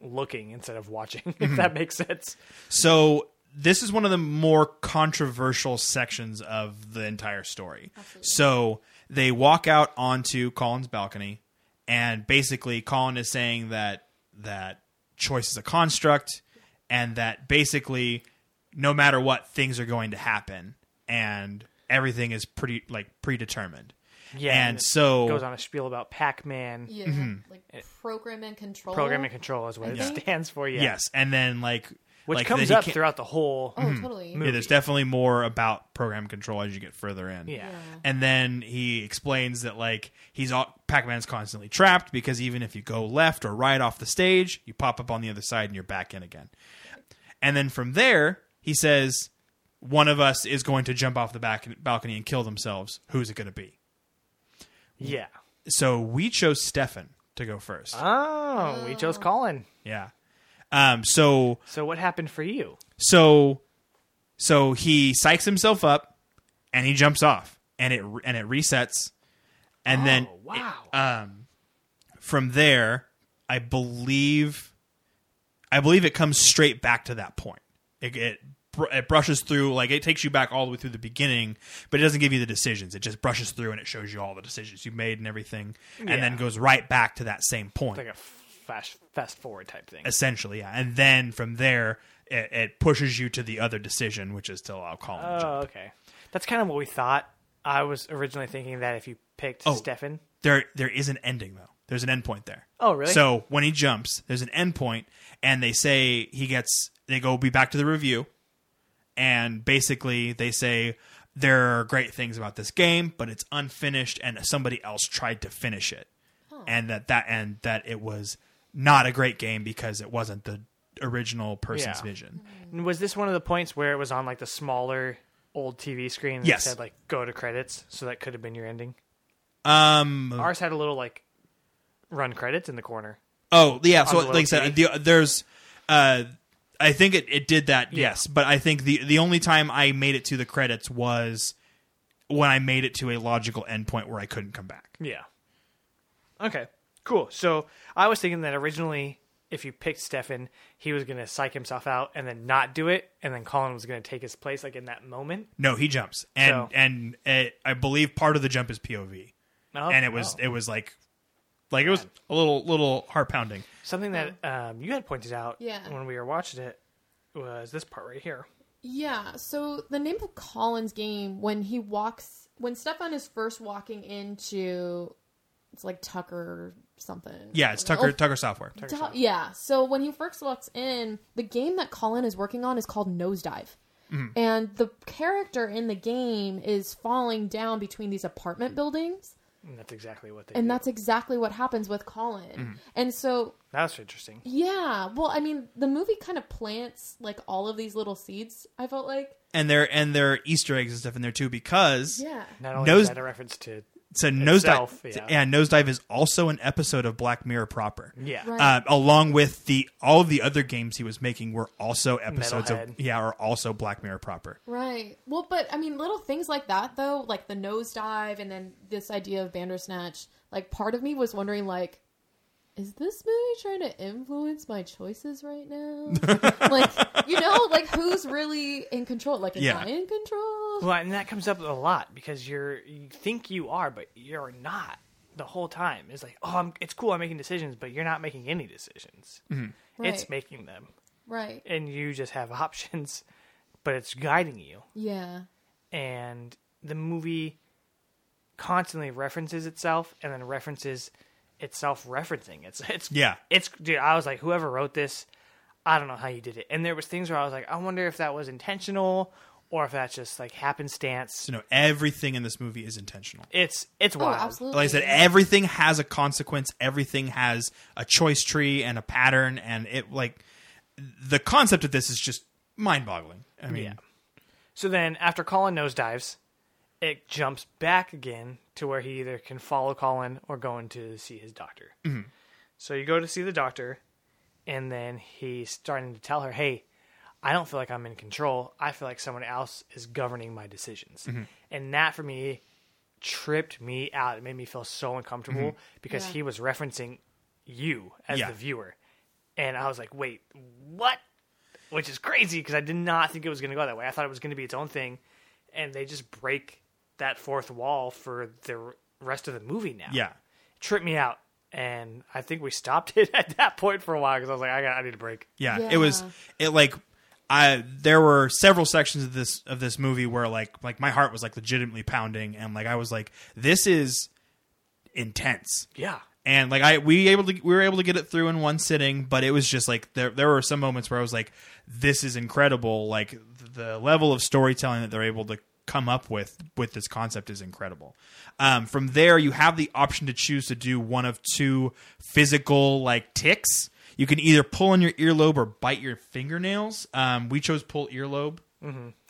S1: looking instead of watching. If that makes sense.
S2: So this is one of the more controversial sections of the entire story. So they walk out onto Colin's balcony, and basically Colin is saying that that choice is a construct, and that basically no matter what things are going to happen, and everything is pretty like predetermined.
S1: Yeah,
S2: and,
S1: it
S2: so
S1: goes on a spiel about Pac-Man.
S3: Yeah,
S2: Mm-hmm.
S3: like program and control.
S1: Program and control is what
S3: Yeah.
S1: it stands for. Yeah.
S2: yes, and then like
S1: Which
S2: like,
S1: comes
S2: then he
S1: up
S2: can't-
S1: throughout the whole.
S3: Oh,
S2: Mm-hmm.
S3: totally.
S2: Yeah, there's definitely more about program control as you get further in.
S1: Yeah.
S3: Yeah.
S2: And then he explains that like he's all Pac-Man's constantly trapped because even if you go left or right off the stage, you pop up on the other side and you're back in again. And then from there, he says one of us is going to jump off the back balcony and kill themselves. Who's it going to be?
S1: Yeah.
S2: So we chose Stefan to go first.
S1: Oh, we chose Colin.
S2: yeah. Um so
S1: So what happened for you?
S2: So, so he psychs himself up, and he jumps off, and it and it resets, and uh, then
S1: oh, wow.
S2: from there, I believe, I believe it comes straight back to that point. It, it br- it brushes through like it takes you back all the way through the beginning, but it doesn't give you the decisions. It just brushes through and it shows you all the decisions you made and everything, and then
S1: Yeah.
S2: goes right back to that same point
S1: like a fast fast forward type thing.
S2: essentially. Yeah, and then from there. It, it pushes you to the other decision, which is to allow Colin to jump.
S1: Oh, okay. That's kind of what we thought. I was originally thinking that if you picked
S2: Oh.
S1: Stefan,
S2: there there is an ending though. There's an end point there.
S1: Oh, really?
S2: So when he jumps, there's an end point, and they say he gets. They go be back to the review, and basically they say there are great things about this game, but it's unfinished, and somebody else tried to finish it, and that that and that it was not a great game because it wasn't the original person's
S1: Yeah.
S2: vision.
S1: was this one of the points where it was on like the smaller old TV screen and it
S2: Yes.
S1: said like go to credits? So that could have been your ending.
S2: Um,
S1: Ours had a little like run credits in the corner.
S2: Oh yeah, so
S1: On the
S2: like I said,
S1: low-key.
S2: the, there's, uh, I think it, it did that.
S1: Yeah.
S2: Yes, but I think the the only time I made it to the credits was when I made it to a logical endpoint where I couldn't come back.
S1: Yeah. Okay. Cool. So I was thinking that originally, if you picked Stefan, he was going to psych himself out and then not do it, and then Colin was going to take his place like in that moment.
S2: No, he jumps, and
S1: So-
S2: and it, I believe part of the jump is POV,
S1: Oh,
S2: and it was
S1: oh.
S2: it was like, like it was a little little heart pounding.
S1: Something that um, you had pointed out
S3: Yeah.
S1: when we were watching it was this part right here.
S3: Yeah, so the name of Colin's game when he walks when Stefan is first walking into it's like Tucker something.
S2: Yeah, it's
S3: I don't
S2: Tucker
S1: Oh.
S3: know.
S2: Tucker software.
S3: Tu- yeah. So when he first walks in, the game that Colin is working on is called Nosedive. And the character in the game is falling down between these apartment buildings,
S1: And that's exactly what they
S3: and
S1: do.
S3: that's exactly what happens with Colin. And so
S1: That's interesting.
S3: yeah, well, I mean, the movie kind of plants like all of these little seeds, I felt like.
S2: And there and there are Easter eggs and stuff in there too because
S3: Yeah.
S1: Not only
S2: Nose-
S1: is that a reference to.
S2: so
S1: Itself,
S2: nosedive
S1: yeah.
S2: yeah nosedive is also an episode of Black Mirror proper.
S1: Yeah.
S3: Right.
S2: uh, along with the all of the other games he was making were also episodes
S1: Metalhead.
S2: of yeah, are also Black Mirror proper.
S3: Right. Well, but I mean, little things like that, though, like the nosedive and then this idea of Bandersnatch, like part of me was wondering, like, is this movie trying to influence my choices right now? like, you know, like who's really in control? Like, am
S2: Yeah.
S3: I in control?
S1: Well, and that comes up a lot because you're you think you are, but you're not the whole time. It's like, oh, I'm, it's cool, I'm making decisions, but you're not making any decisions. It's
S3: Right.
S1: making them,
S3: Right.
S1: and you just have options, but it's guiding you.
S3: Yeah.
S1: And the movie constantly references itself, and then references itself referencing. It's it's
S2: Yeah.
S1: It's dude, I was like, whoever wrote this, I don't know how you did it. And there was things where I was like, I wonder if that was intentional or if that's just like happenstance
S2: So no, everything in this movie is intentional.
S1: it's it's
S3: Oh,
S1: wild.
S3: absolutely.
S2: Like I said, everything has a consequence. Everything has a choice tree and a pattern, and it like the concept of this is just mind boggling. I mean,
S1: Yeah. So then after Colin nosedives, it jumps back again to where he either can follow Colin or go in to see his doctor. So you go to see the doctor, and then he's starting to tell her, "Hey, I don't feel like I'm in control. I feel like someone else is governing my decisions." And that for me tripped me out. It made me feel so uncomfortable because
S3: Yeah.
S1: he was referencing you as
S2: Yeah.
S1: the viewer, and I was like, "Wait, what?" Which is crazy because I did not think it was going to go that way. I thought it was going to be its own thing, and they just break that fourth wall for the rest of the movie now
S2: Yeah.
S1: tripped me out, and I think we stopped it at that point for a while because I was like, I got, I need a break.
S2: yeah it was
S3: Yeah.
S2: it like i there were several sections of this of this movie where like like my heart was like legitimately pounding and like i was like this is intense
S1: Yeah,
S2: and like i we able to we were able to get it through in one sitting but it was just like there there were some moments where i was like this is incredible like the level of storytelling that they're able to come up with with this concept is incredible um, from there you have the option to choose to do one of two physical like ticks you can either pull on your earlobe or bite your fingernails um, we chose pull earlobe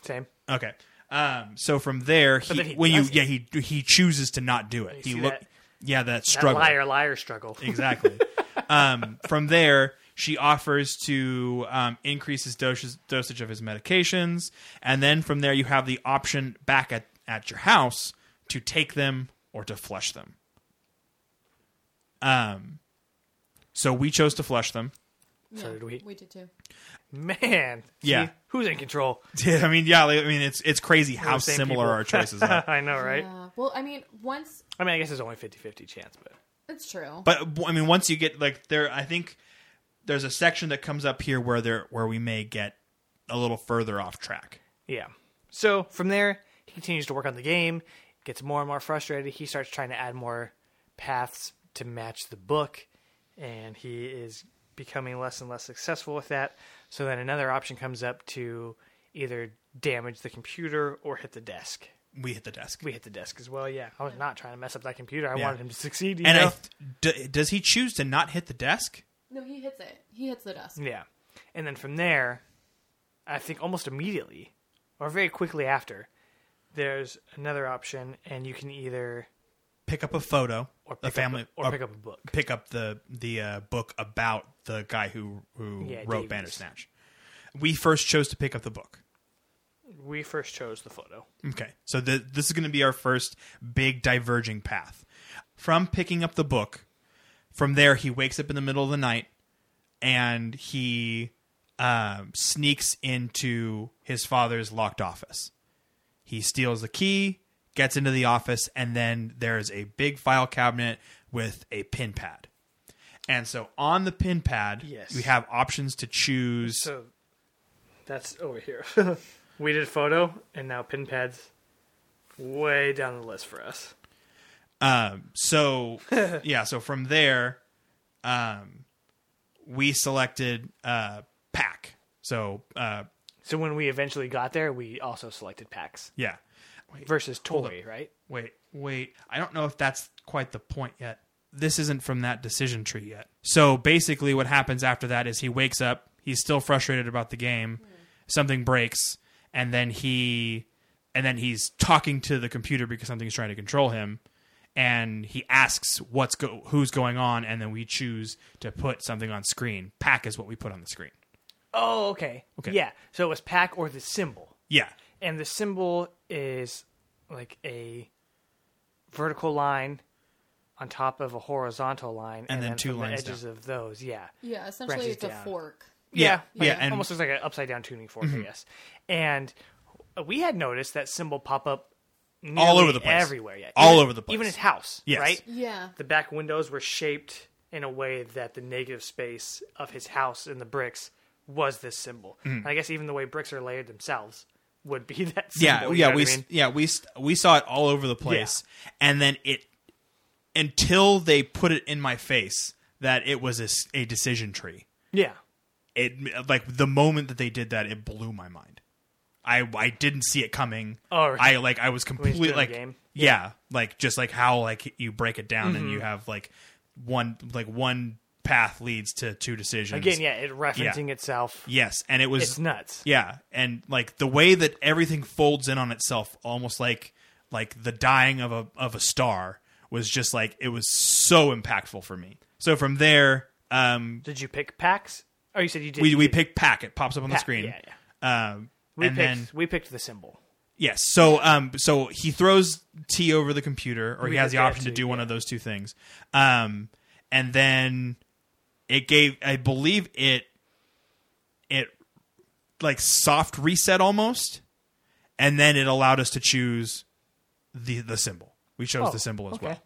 S1: same.
S2: Okay. Um, so from there, he,
S1: then he
S2: when you
S1: does it.
S2: yeah he he chooses to not do it.
S1: You
S2: he
S1: see
S2: look
S1: that-
S2: yeah that
S1: That
S2: struggle
S1: liar, liar struggle.
S2: exactly. um, from there, she offers to um, increase his dosage, dosage of his medications, and then from there, you have the option back at at your house to take them or to flush them. Um, so we chose to flush them.
S1: So did we.
S3: We did too.
S1: Man, see,
S2: Yeah.
S1: who's in control?
S2: I mean, yeah, like, I mean, it's it's crazy how
S1: same
S2: similar
S1: people.
S2: our choices are.
S1: I know, right?
S3: Yeah. Well, I mean, once
S1: I mean, I guess it's only 50-50 chance, but
S3: it's true.
S2: But I mean, once you get like there, I think there's a section that comes up here where there where we may get a little further off track.
S1: yeah. So from there, he continues to work on the game, gets more and more frustrated. He starts trying to add more paths to match the book, and he is becoming less and less successful with that. So then another option comes up to either damage the computer or hit the desk.
S2: We hit the desk,
S1: we hit the desk as well. Yeah, I was not trying to mess up that computer. I
S2: Yeah.
S1: wanted him to succeed. You
S2: and
S1: know?
S2: I d- does he choose to not hit the desk?
S3: no, he hits it. He hits the desk.
S1: yeah, and then from there, I think almost immediately, or very quickly after, there's another option, and you can either
S2: Pick up a photo,
S1: or
S2: the
S1: pick
S2: family,
S1: up, or, pick up a book.
S2: pick up the the uh, book about the guy who who
S1: Yeah, Davies.
S2: wrote Bandersnatch. We first chose to pick up the book.
S1: We first chose the photo.
S2: Okay. So the, this is going to be our first big diverging path. From picking up the book, from there, he wakes up in the middle of the night and he um, sneaks into his father's locked office. He steals the key, gets into the office, and then there's a big file cabinet with a pin pad. And so on the pin pad,
S1: Yes.
S2: you have options to choose.
S1: So that's over here. we did photo, and now pin pads way down the list for us.
S2: Um, so yeah, so from there, um, we selected uh, pack. So uh,
S1: So when we eventually got there, we also selected packs
S2: yeah,
S1: versus toy, right?
S2: wait, wait. I don't know if that's quite the point yet. This isn't from that decision tree yet. So basically, what happens after that is he wakes up. He's still frustrated about the game. Something breaks, and then he, and then he's talking to the computer because something's trying to control him. And he asks what's go- who's going on, and then we choose to put something on screen. Pack is what we put on the screen.
S1: Oh, okay.
S2: Okay.
S1: Yeah. So it was pack or the symbol.
S2: Yeah,
S1: and the symbol is like a vertical line on top of a horizontal line, and,
S2: then two
S1: from
S2: lines
S1: the edges of those. Yeah,
S3: Yeah, essentially
S1: Branches
S3: it's a
S1: down.
S3: fork.
S1: yeah, like,
S2: yeah, and- Mm-hmm.
S1: almost looks like an upside down tuning fork, I guess. And we had noticed that symbol pop up nearly
S2: over the place.
S1: everywhere. Yeah,
S2: All
S1: Even-
S2: over the place.
S1: Even his house,
S2: Yes.
S1: right?
S3: Yeah.
S1: The back windows were shaped in a way that the negative space of his house and the bricks was this symbol.
S2: Mm-hmm.
S1: And I guess even the way bricks are layered themselves would be that
S2: yeah,
S1: symbol. you know what
S2: yeah, we
S1: I mean?
S2: yeah we st- we saw it all over the place, and then it until they put it in my face that it was a, s- a decision tree.
S1: Yeah.
S2: It like the moment that they did that, it blew my mind. I I didn't see it coming.
S1: Oh, right.
S2: I like I was
S1: he's doing
S2: completely
S1: the
S2: like
S1: game.
S2: Yeah, like just like how like you break it down
S1: Mm-hmm.
S2: and you have like one like one path leads to two decisions
S1: Again, yeah, it referencing itself.
S2: Yes, and it was
S1: It's nuts.
S2: Yeah, and like the way that everything folds in on itself, almost like like the dying of a of a star was just like it was so impactful for me. So from there, um,
S1: Did you pick packs? Oh, you said you did.
S2: we
S1: you
S2: we
S1: did.
S2: pick pack. It pops up on the
S1: Pack,
S2: screen.
S1: yeah,
S2: Um,
S1: We
S2: and
S1: picked.
S2: then
S1: we picked the symbol.
S2: Yes. So um so he throws T over the computer or he
S1: We
S2: has
S1: did
S2: the
S1: that
S2: option to
S1: too,
S2: do one of those two things. Um and then it gave I believe it it like soft reset almost and then it allowed us to choose the the symbol. We chose
S1: Oh,
S2: the symbol as
S1: okay.
S2: well.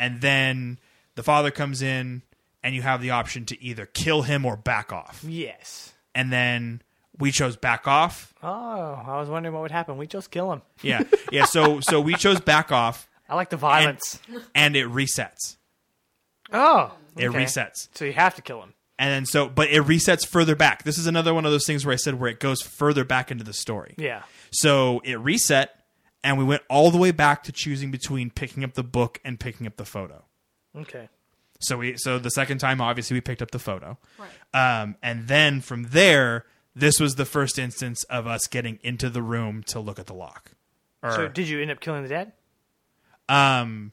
S2: And then the father comes in and you have the option to either kill him or back off.
S1: Yes.
S2: And then we chose back off
S1: Oh, I was wondering what would happen. We just kill him.
S2: yeah, yeah. So so we chose back off,
S1: I like the violence.
S2: and it resets.
S1: oh,
S2: It
S1: okay.
S2: resets,
S1: So you have to kill him.
S2: and then so but it resets further back. This is another one of those things where I said where it goes further back into the story.
S1: Yeah.
S2: So it reset, and we went all the way back to choosing between picking up the book and picking up the photo.
S1: Okay.
S2: So we so the second time obviously we picked up the photo,
S3: Right.
S2: um, and then from there this was the first instance of us getting into the room to look at the lock. Or,
S1: So did you end up killing the dad?
S2: um,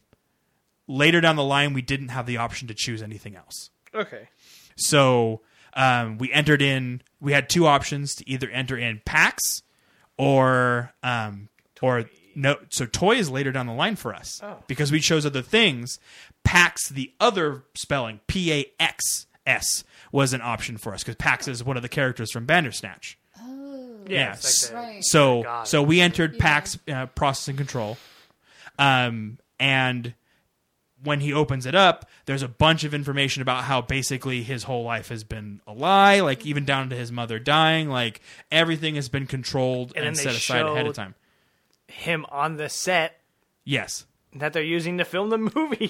S2: later down the line, we didn't have the option to choose anything else.
S1: Okay.
S2: So um, we entered in. We had two options to either enter in packs or um, or no. So toy is later down the line for us
S1: Oh.
S2: because we chose other things. Packs, the other spelling P A X S, was an option for us because Pax is one of the characters from Bandersnatch.
S3: Oh.
S1: Yeah.
S2: Yes.
S1: it's like the-
S3: Right.
S2: So
S1: Got it.
S2: so we entered PAX uh, processing control, um, and when he opens it up, there's a bunch of information about how basically his whole life has been a lie, like even down to his mother dying, like everything has been controlled
S1: And
S2: and,
S1: then they
S2: set aside ahead
S1: showed-
S2: of time.
S1: Him on the set
S2: Yes,
S1: that they're using to film the movie.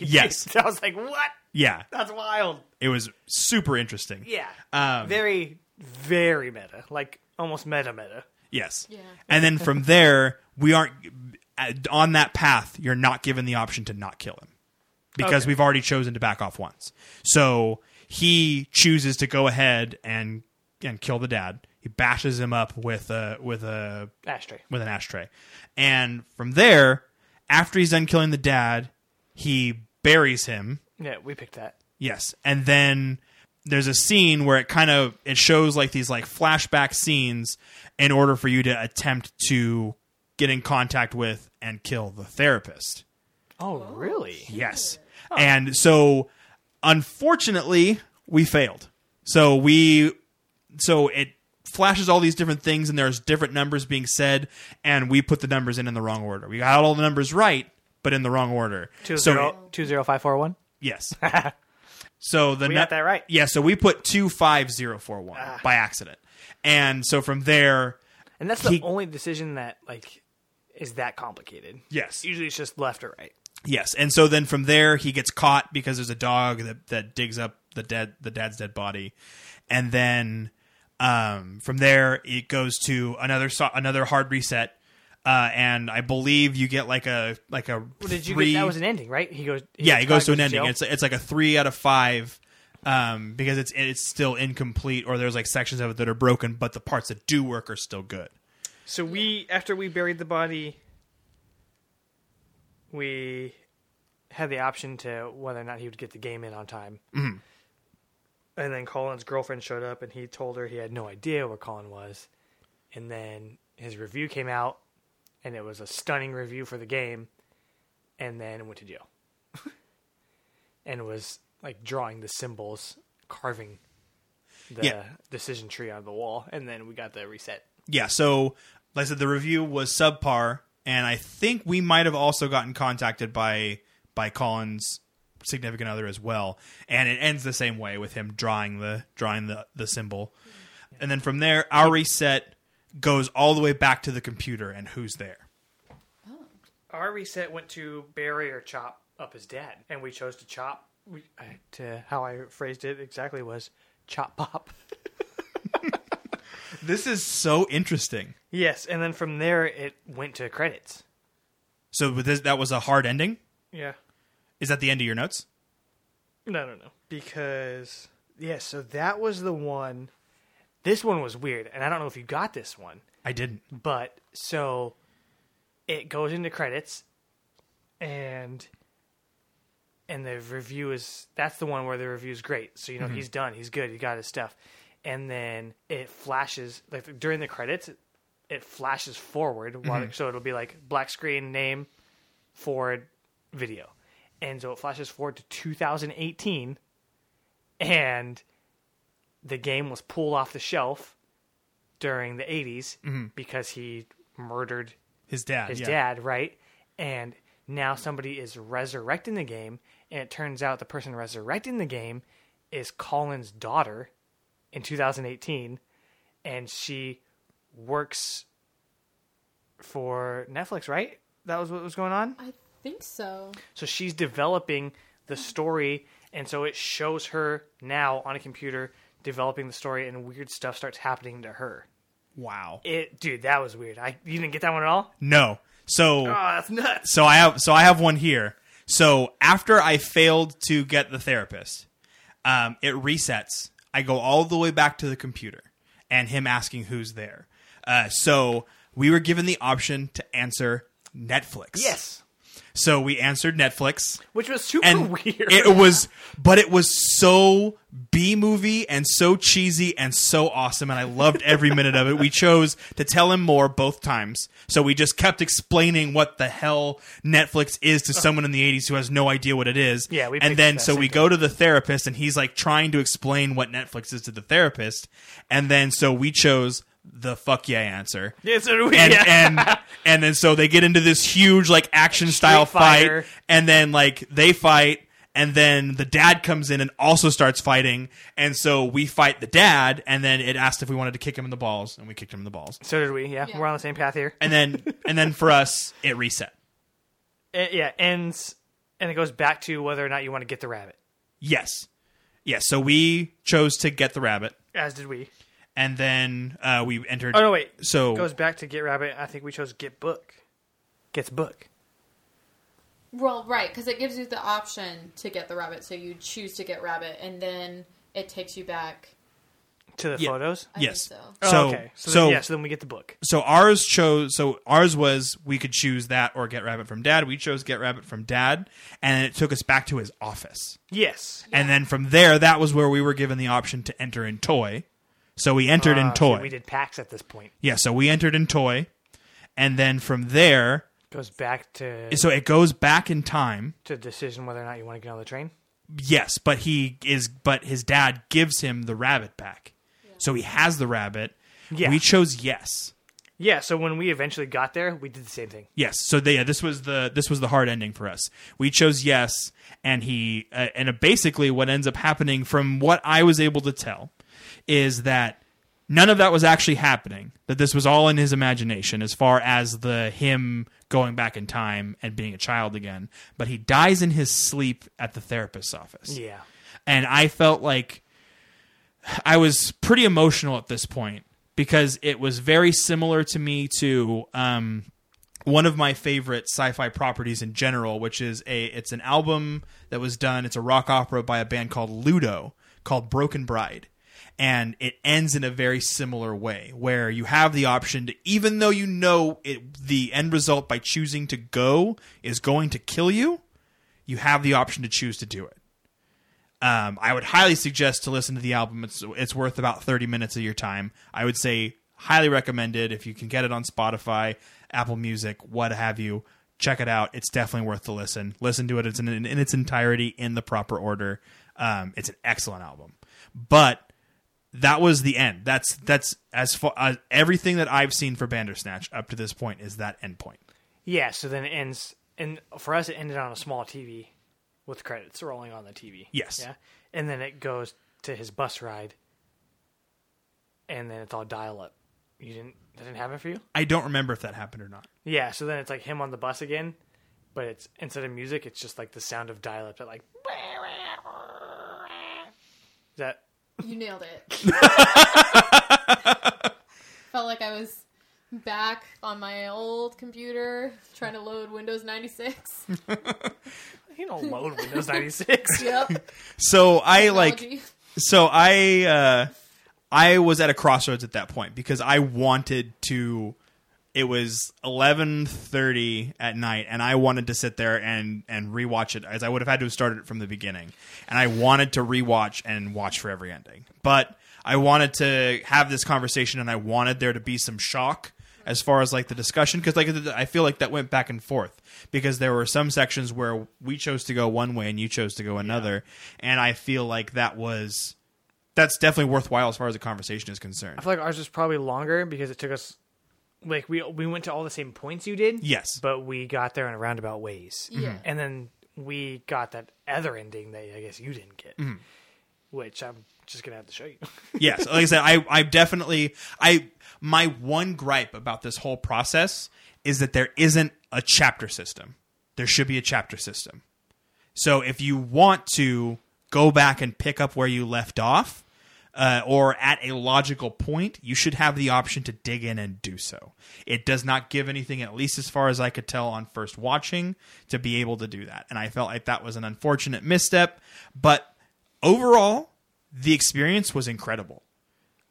S2: Yes.
S1: I was like, what?
S2: yeah,
S1: That's wild.
S2: it was super interesting.
S1: Yeah.
S2: Um,
S1: very, very meta. Like almost meta meta.
S2: Yes.
S3: Yeah.
S2: And then from there, we aren't uh, on that path. You're not given the option to not kill him because we've already chosen to back off once. So he chooses to go ahead and and kill the dad. He bashes him up with a with a
S1: Ashtray.
S2: with an ashtray. And from there, after he's done killing the dad, he buries him.
S1: Yeah, we picked that.
S2: Yes, and then there's a scene where it kind of it shows like these like flashback scenes in order for you to attempt to get in contact with and kill the therapist.
S1: Oh, really?
S2: Yes. And so unfortunately, we failed. So we so it flashes all these different things and there's different numbers being said and we put the numbers in in the wrong order. We got all the numbers right, but in the wrong order.
S1: Two
S2: so
S1: zero two zero five four one.
S2: Yes. so the
S1: We
S2: nu-
S1: got that right. Ah.
S2: Yeah. So we put two five zero four one by accident, and so from there,
S1: And that's the
S2: He-
S1: only decision that like is that complicated.
S2: yes,
S1: Usually it's just left or right.
S2: yes, and so then from there he gets caught because there's a dog that that digs up the dead the dad's dead body, and then um, from there it goes to another so- another hard reset. Uh, and I believe you get like a like a
S1: Well, did you
S2: three-
S1: get, that was an ending, right? He goes
S2: yeah, it goes to
S1: caught,
S2: an ending.
S1: jail.
S2: It's it's like a three out of five um, because it's it's still incomplete, or there's like sections of it that are broken, but the parts that do work are still good.
S1: So we after we buried the body we had the option to whether or not he would get the game in on time. And then Colin's girlfriend showed up and he told her he had no idea where Colin was. And then his review came out and it was a stunning review for the game and then went to jail. and was like drawing the symbols, carving the
S2: Yeah.
S1: decision tree on the wall and then we got the reset.
S2: Yeah, so like I said, the review was subpar, and I think we might have also gotten contacted by by Colin's significant other as well. And it ends the same way with him drawing the drawing the the symbol, and then from there our reset goes all the way back to the computer and who's there.
S3: Oh,
S1: our reset went to bury or chop up his dad, and we chose to chop. We, I, to how I phrased it exactly was chop pop.
S2: This is so interesting.
S1: Yes, and then from there it went to credits.
S2: So with this, that was a hard ending.
S1: Yeah.
S2: Is that the end of your notes?
S1: No, no, no. Because yeah, so that was the one. This one was weird, and I don't know if you got this one,
S2: I didn't.
S1: but so it goes into credits, and and the review is that's the one where the review is great. So you know he's done, he's good, he got his stuff, and then it flashes like during the credits, it flashes forward, while, so it'll be like black screen name, forward video, and so it flashes forward to 2018, and the game was pulled off the shelf during the 80s because he murdered
S2: His dad.
S1: his
S2: yeah.
S1: dad, right? And now somebody is resurrecting the game, and it turns out the person resurrecting the game is Colin's daughter in 2018, and she works for Netflix, right? That was what was going on.
S3: I think so.
S1: So she's developing the story, and so it shows her now on a computer developing the story, and weird stuff starts happening to her.
S2: Wow.
S1: It, dude, that was weird. I you didn't get that one at all.
S2: No. So
S1: Oh, that's nuts.
S2: so I have so I have one here. So after I failed to get the therapist, um, it resets. I go all the way back to the computer and him asking who's there. Uh, so we were given the option to answer Netflix.
S1: Yes,
S2: So we answered Netflix.
S1: which was super
S2: and
S1: weird.
S2: It was, but it was so B movie and so cheesy and so awesome, and I loved every minute of it. We chose to tell him more both times, so we just kept explaining what the hell Netflix is to someone in the '80s who has no idea what it is.
S1: Yeah, we
S2: and
S1: picked
S2: then
S1: that
S2: so
S1: same
S2: we go to the therapist, and he's like trying to explain what Netflix is to the therapist, and then so we chose the fuck yeah answer
S1: Yes, it was-
S2: and
S1: yeah.
S2: and and then so they get into this huge like action style
S1: fighter.
S2: fight and then like they fight and then the dad comes in and also starts fighting and so we fight the dad and then it asked if we wanted to kick him in the balls and we kicked him in the balls
S1: so did we. Yeah,
S3: Yeah.
S1: we're on the same path here.
S2: and then and then for us it reset
S1: It- Uh, yeah, ends and it goes back to whether or not you want to get the rabbit,
S2: yes yes so we chose to get the rabbit
S1: as did we.
S2: and then uh, we entered
S1: Oh no, wait.
S2: so
S1: goes back to get rabbit. I think we chose get book. Gets book.
S3: Well, right, because it gives you the option to get the rabbit, so you choose to get rabbit, and then it takes you back.
S1: To the
S2: Yeah.
S1: photos.
S3: I
S2: yes
S3: think so.
S1: Oh,
S2: so
S1: okay. So,
S2: so
S1: then, yeah, so then we get the book.
S2: so ours chose so ours was we could choose that or get rabbit from dad we chose get rabbit from dad and it took us back to his office
S1: Yes.
S2: and then from there that was where we were given the option to enter in toy so we entered in
S1: Ah, so
S2: toy
S1: we did packs at this point.
S2: yeah so we entered in toy and then from there
S1: Goes back to
S2: so it goes back in time
S1: to decision whether or not you want to get on the train.
S2: yes but he is but his dad gives him the rabbit back so he has the rabbit
S1: Yeah.
S2: we chose yes
S1: Yeah. So when we eventually got there, we did the same thing.
S2: Yes. So they, yeah, this was the this was the hard ending for us. We chose yes, and he uh, and uh, basically what ends up happening, from what I was able to tell, is that none of that was actually happening. That this was all in his imagination, as far as the him going back in time and being a child again. But he dies in his sleep at the therapist's office
S1: Yeah.
S2: and I felt like I was pretty emotional at this point because it was very similar to me to um, one of my favorite sci-fi properties in general, which is a it's an album that was done. It's a rock opera by a band called Ludo called Broken Bride. And it ends in a very similar way, where you have the option to, even though you know it, the end result by choosing to go is going to kill you, you have the option to choose to do it. Um, I would highly suggest to listen to the album. It's it's worth about thirty minutes of your time. I would say highly recommended if you can get it on Spotify, Apple Music, what have you. Check it out. It's definitely worth the listen. Listen to it. It's in, in its entirety in the proper order. Um, it's an excellent album. But that was the end. That's that's as far as everything that I've seen for Bandersnatch up to this point is that end point.
S1: Yeah. So then it ends, and for us, it ended on a small TV with credits rolling on the TV.
S2: Yes.
S1: Yeah. And then it goes to his bus ride, and then it's all dial up. You didn't. That didn't happen for you.
S2: I don't remember if that happened or not.
S1: Yeah, so then it's like him on the bus again, but it's instead of music, it's just like the sound of dial up that like Is that
S3: You nailed it. Felt like I was back on my old computer trying to load Windows 96.
S1: you don't load Windows ninety six.
S3: Yep.
S2: So I like
S3: Technology.
S2: so I uh, I was at a crossroads at that point because I wanted to It was 11:30 at night and I wanted to sit there and and rewatch it as I would have had to have started it from the beginning. And I wanted to rewatch and watch for every ending. But I wanted to have this conversation and I wanted there to be some shock as far as like the discussion because like I feel like that went back and forth because there were some sections where we chose to go one way and you chose to go another and I feel like that was that's definitely worthwhile as far as the conversation is concerned.
S1: I feel like ours was probably longer because it took us like we we went to all the same points you did.
S2: Yes.
S1: But we got there in roundabout ways.
S3: Yeah.
S1: And then we got that other ending that I guess you didn't get. Which I'm just gonna have to show you.
S2: yes, like I said, I I definitely I my one gripe about this whole process is that there isn't a chapter system. There should be a chapter system. So if you want to go back and pick up where you left off, uh, or at a logical point, you should have the option to dig in and do so. It does not give anything, at least as far as I could tell on first watching, to be able to do that. And I felt like that was an unfortunate misstep. But overall, the experience was incredible.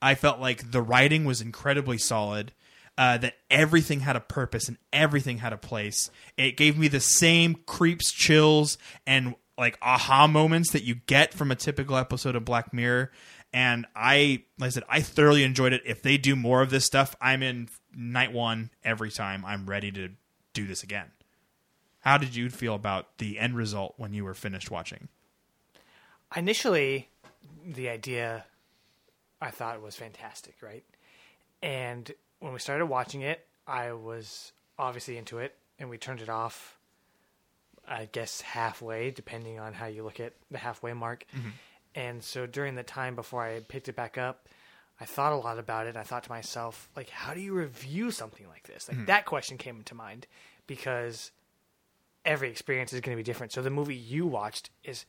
S2: I felt like the writing was incredibly solid. Uh, that everything had a purpose and everything had a place. It gave me the same creeps, chills, and like aha moments that you get from a typical episode of Black Mirror. And I, like I said, I thoroughly enjoyed it. If they do more of this stuff, I'm in night one every time. I'm ready to do this again. How did you feel about the end result when you were finished watching?
S1: initially the idea I thought was fantastic, right? And when we started watching it, I was obviously into it and we turned it off I guess halfway depending on how you look at the halfway mark. And so during the time before I picked it back up, I thought a lot about it. I thought to myself, like how do you review something like this? Like that question came into mind because every experience is going to be different. So the movie you watched is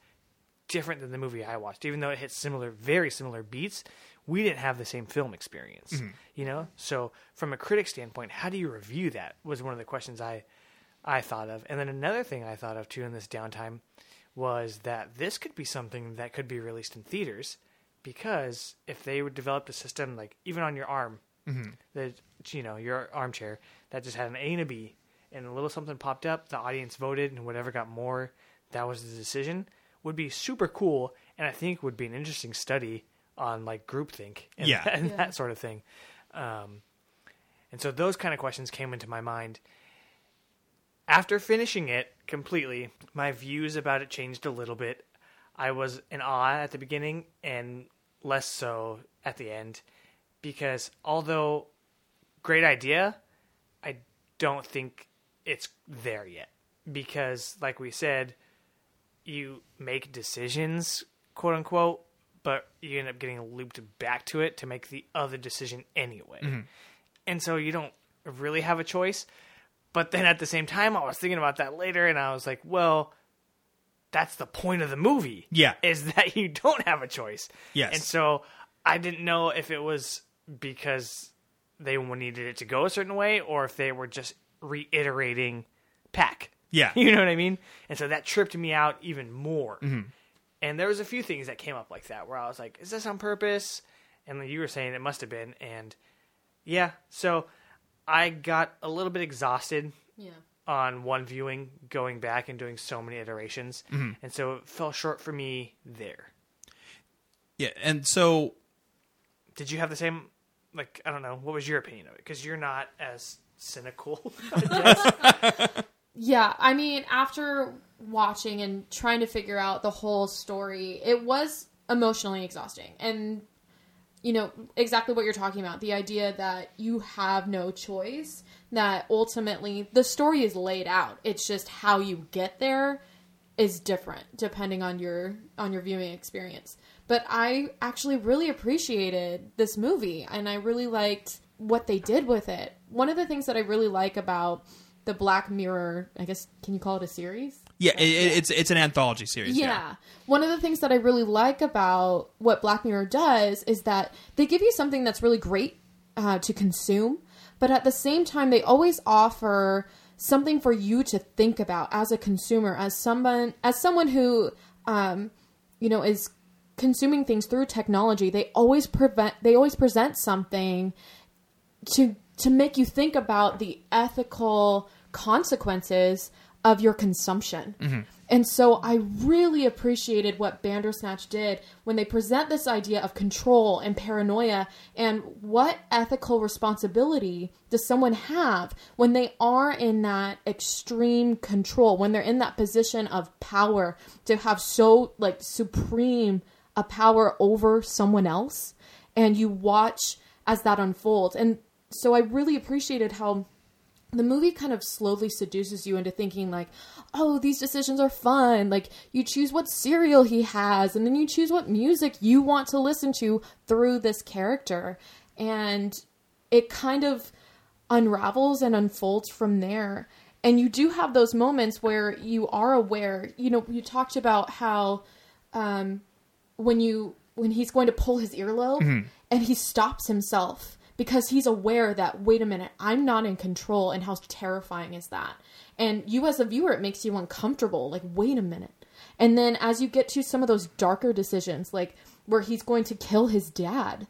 S1: different than the movie I watched, even though it hit similar, very similar beats. We didn't have the same film experience, you know. So from a critic standpoint, how do you review that? Was one of the questions I I thought of, and then another thing I thought of too in this downtime was that this could be something that could be released in theaters because if they would developed a system like even on your arm that you know your armchair that just had an A and a B, and a little something popped up. The audience voted, and whatever got more, that was the decision. Would be super cool, and I think would be an interesting study on like groupthink and,
S2: Yeah.
S1: and
S3: Yeah.
S1: that sort of thing. Um, and so those kind of questions came into my mind. After finishing it completely, my views about it changed a little bit. I was in awe at the beginning and less so at the end because although great idea, I don't think it's there yet because like we said, you make decisions, quote unquote, but you end up getting looped back to it to make the other decision anyway.
S2: Mm-hmm.
S1: And so you don't really have a choice. But then at the same time, I was thinking about that later and I was like, well, that's the point of the movie.
S2: Yeah.
S1: Is that you don't have a choice.
S2: Yes.
S1: And so I didn't know if it was because they needed it to go a certain way or if they were just reiterating pack.
S2: Yeah.
S1: You know what I mean? And so that tripped me out even more. And there was a few things that came up like that where I was like, is this on purpose? And then you were saying it must have been and yeah, so I got a little bit exhausted
S3: Yeah.
S1: on one viewing going back and doing so many iterations. And so it fell short for me there.
S2: Yeah, and so
S1: Did you have the same like I don't know, what was your opinion of it? Cuz you're not as cynical. I guess.
S3: Yeah, I mean, after watching and trying to figure out the whole story, it was emotionally exhausting. And, you know, exactly what you're talking about the idea that you have no choice, that ultimately the story is laid out. It's just how you get there is different depending on your on your viewing experience. But I actually really appreciated this movie and I really liked what they did with it. One of the things that I really like about the Black Mirror, I guess can you call it a series?
S2: yeah, it, it- it's it's an anthology series.
S3: Yeah. One of the things that I really like about what Black Mirror does is that they give you something that's really great uh, to consume, but at the same time, they always offer something for you to think about as a consumer, as someone, as someone who, um, you know, is consuming things through technology. They always prevent. They always present something to to make you think about the ethical consequences of your consumption. And so I really appreciated what Bandersnatch did when they present this idea of control and paranoia and what ethical responsibility does someone have when they are in that extreme control, when they're in that position of power to have so like supreme a power over someone else and you watch as that unfolds. And so I really appreciated how the movie kind of slowly seduces you into thinking like oh these decisions are fun like you choose what cereal he has and then you choose what music you want to listen to through this character and it kind of unravels and unfolds from there and you do have those moments where you are aware you know you talked about how um when you when he's going to pull his earlobe and he stops himself because he's aware that wait a minute i'm not in control and how terrifying is that and you as a viewer it makes you uncomfortable like wait a minute and then as you get to some of those darker decisions like where he's going to kill his dad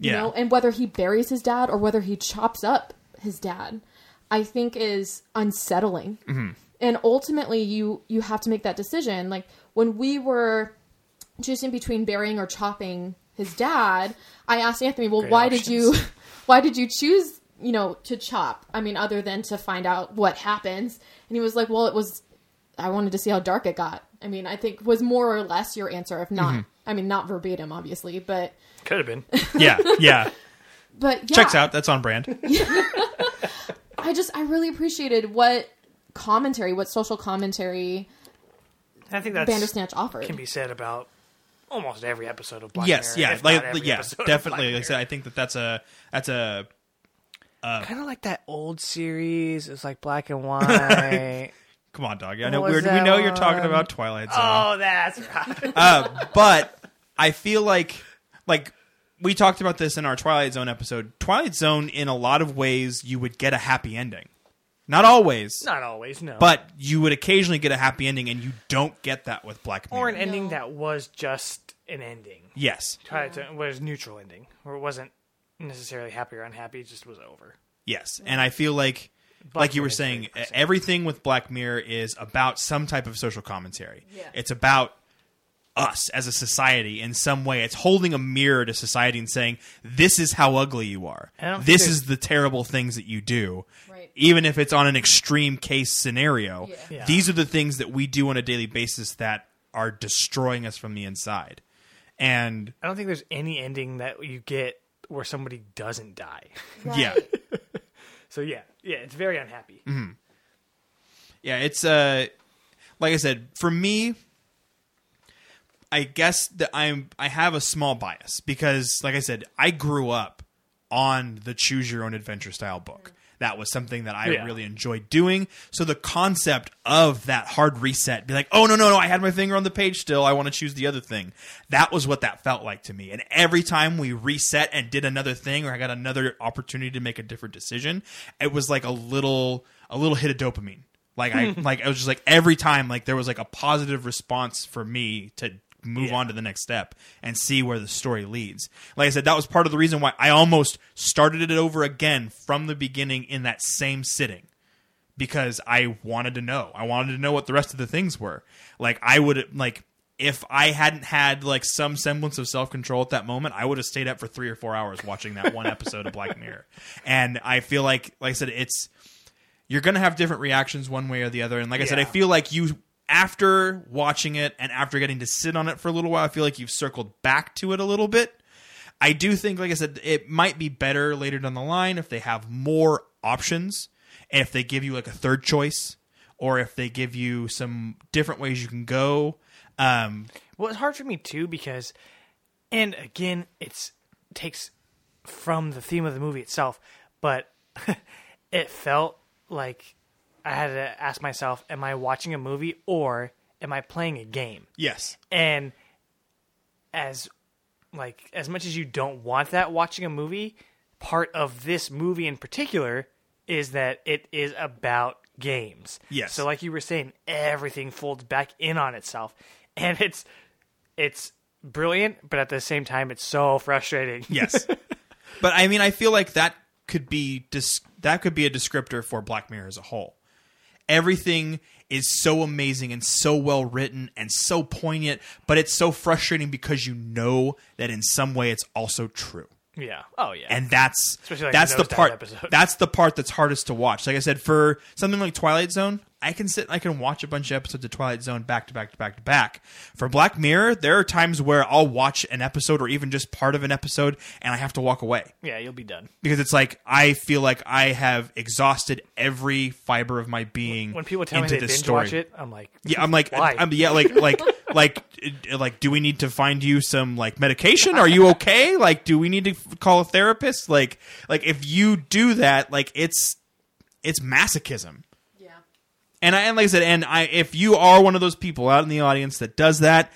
S3: you
S2: Yeah.
S3: know and whether he buries his dad or whether he chops up his dad i think is unsettling
S2: Mm-hmm.
S3: and ultimately you you have to make that decision like when we were choosing between burying or chopping his dad, I asked Anthony, "Well,
S1: Great
S3: why did you,
S1: options.
S3: why did you choose, you know, to chop? I mean, other than to find out what happens?" And he was like, "Well, it was, I wanted to see how dark it got. I mean, I think was more or less your answer, if not,
S2: Mm-hmm.
S3: I mean, not verbatim, obviously, but
S1: Could have been.
S2: Yeah, yeah.
S3: but yeah,
S2: Checks out. That's on brand.
S3: I just I really appreciated what commentary, what social commentary
S1: I think that's
S3: Bandersnatch offered.
S1: can be said about almost every episode of Black
S2: yes,
S1: Mirror.
S2: yeah,
S1: if not
S2: like
S1: every
S2: yeah,
S1: episode of
S2: definitely.
S1: Black
S2: Like I said, I think that that's a that's a uh,
S1: kind of like that old series. It's like black and white.
S2: come on, dog. I know
S1: What
S2: we're,
S1: was
S2: we
S1: that
S2: know you're talking
S1: one?
S2: about Twilight Zone.
S1: oh, that's right.
S2: uh, but I feel like like we talked about this in our Twilight Zone episode. Twilight Zone, in a lot of ways, you would get a happy ending. Not always,
S1: Not always, no.
S2: but you would occasionally get a happy ending, and you don't get that with Black Mirror.
S1: or an ending
S3: No.
S1: that was just an ending.
S2: yes,
S1: Try to was neutral ending, or it wasn't necessarily happy or unhappy. It just was over.
S2: yes, and I feel like.
S1: Black
S2: like you
S1: Mirror
S2: were
S1: is
S2: saying,
S1: 30%.
S2: everything with Black Mirror is about some type of social commentary.
S3: Yeah.
S2: It's about us as a society in some way. It's holding a mirror to society and saying, "This is how ugly you are.
S1: I don't think
S2: This
S1: there's-
S2: is the terrible things that you do."
S3: Right.
S2: Even if it's on an extreme case scenario,
S3: Yeah.
S1: Yeah.
S2: these are the things that we do on a daily basis that are destroying us from the inside. And
S1: I don't think there's any ending that you get where somebody doesn't die.
S2: yeah,
S1: So yeah, yeah, it's very unhappy.
S2: Yeah, it's uh like I said, for me I guess that I'm I have a small bias because like I said, I grew up on the choose your own adventure style book. That was something that I
S1: Yeah.
S2: really enjoyed doing. So the concept of that hard reset, be like, oh no, no, no, I had my finger on the page still. I want to choose the other thing. That was what that felt like to me. And every time we reset and did another thing or I got another opportunity to make a different decision, it was like a little a little hit of dopamine. Like I like I was just like every time like there was like a positive response for me to move
S1: Yeah.
S2: on to the next step and see where the story leads. Like I said, that was part of the reason why I almost started it over again from the beginning in that same sitting because I wanted to know. I wanted to know what the rest of the things were. Like I would like if I hadn't had like some semblance of self control at that moment, I would have stayed up for three or four hours watching that one episode of Black Mirror. And I feel like, like I said, it's you're gonna have different reactions one way or the other. And like I said, I
S1: Yeah.
S2: feel like you after watching it and after getting to sit on it for a little while, I feel like you've circled back to it a little bit. I do think, like I said, it might be better later down the line if they have more options, and if they give you like a third choice, or if they give you some different ways you can go. Um,
S1: Well, it's hard for me too because, and again, it's takes from the theme of the movie itself, but it felt like I had to ask myself, am I watching a movie or am I playing a game?
S2: yes,
S1: And as like as much as you don't want that watching a movie, part of this movie in particular is that it is about games.
S2: Yes.
S1: So like you were saying, everything folds back in on itself. And it's it's brilliant, but at the same time it's so frustrating.
S2: yes. but I mean, I feel like that could be dis- that could be a descriptor for Black Mirror as a whole. Everything is so amazing and so well written and so poignant, but it's so frustrating because you know that in some way it's also true.
S1: Yeah. Oh yeah.
S2: And that's
S1: Especially, like,
S2: that's
S1: the
S2: the
S1: nosedive
S2: part
S1: episode.
S2: that's the part that's hardest to watch. Like I said, for something like Twilight Zone, I can sit I can watch a bunch of episodes of Twilight Zone back to back to back to back. For Black Mirror, there are times where I'll watch an episode or even just part of an episode and I have to walk away
S1: yeah, you'll be done.
S2: because it's like I feel like I have exhausted every fiber of my being.
S1: When people tell
S2: into
S1: me they
S2: this
S1: binge
S2: story.
S1: watch it, I'm like,
S2: yeah, I'm like,
S1: Why?
S2: I'm, yeah, like, like, like, uh, like, do we need to find you some like medication? Are you okay? Like, do we need to f- call a therapist? Like, like if you do that, like, it's it's masochism.
S3: Yeah.
S2: And I, and like I said, and I, if you are one of those people out in the audience that does that,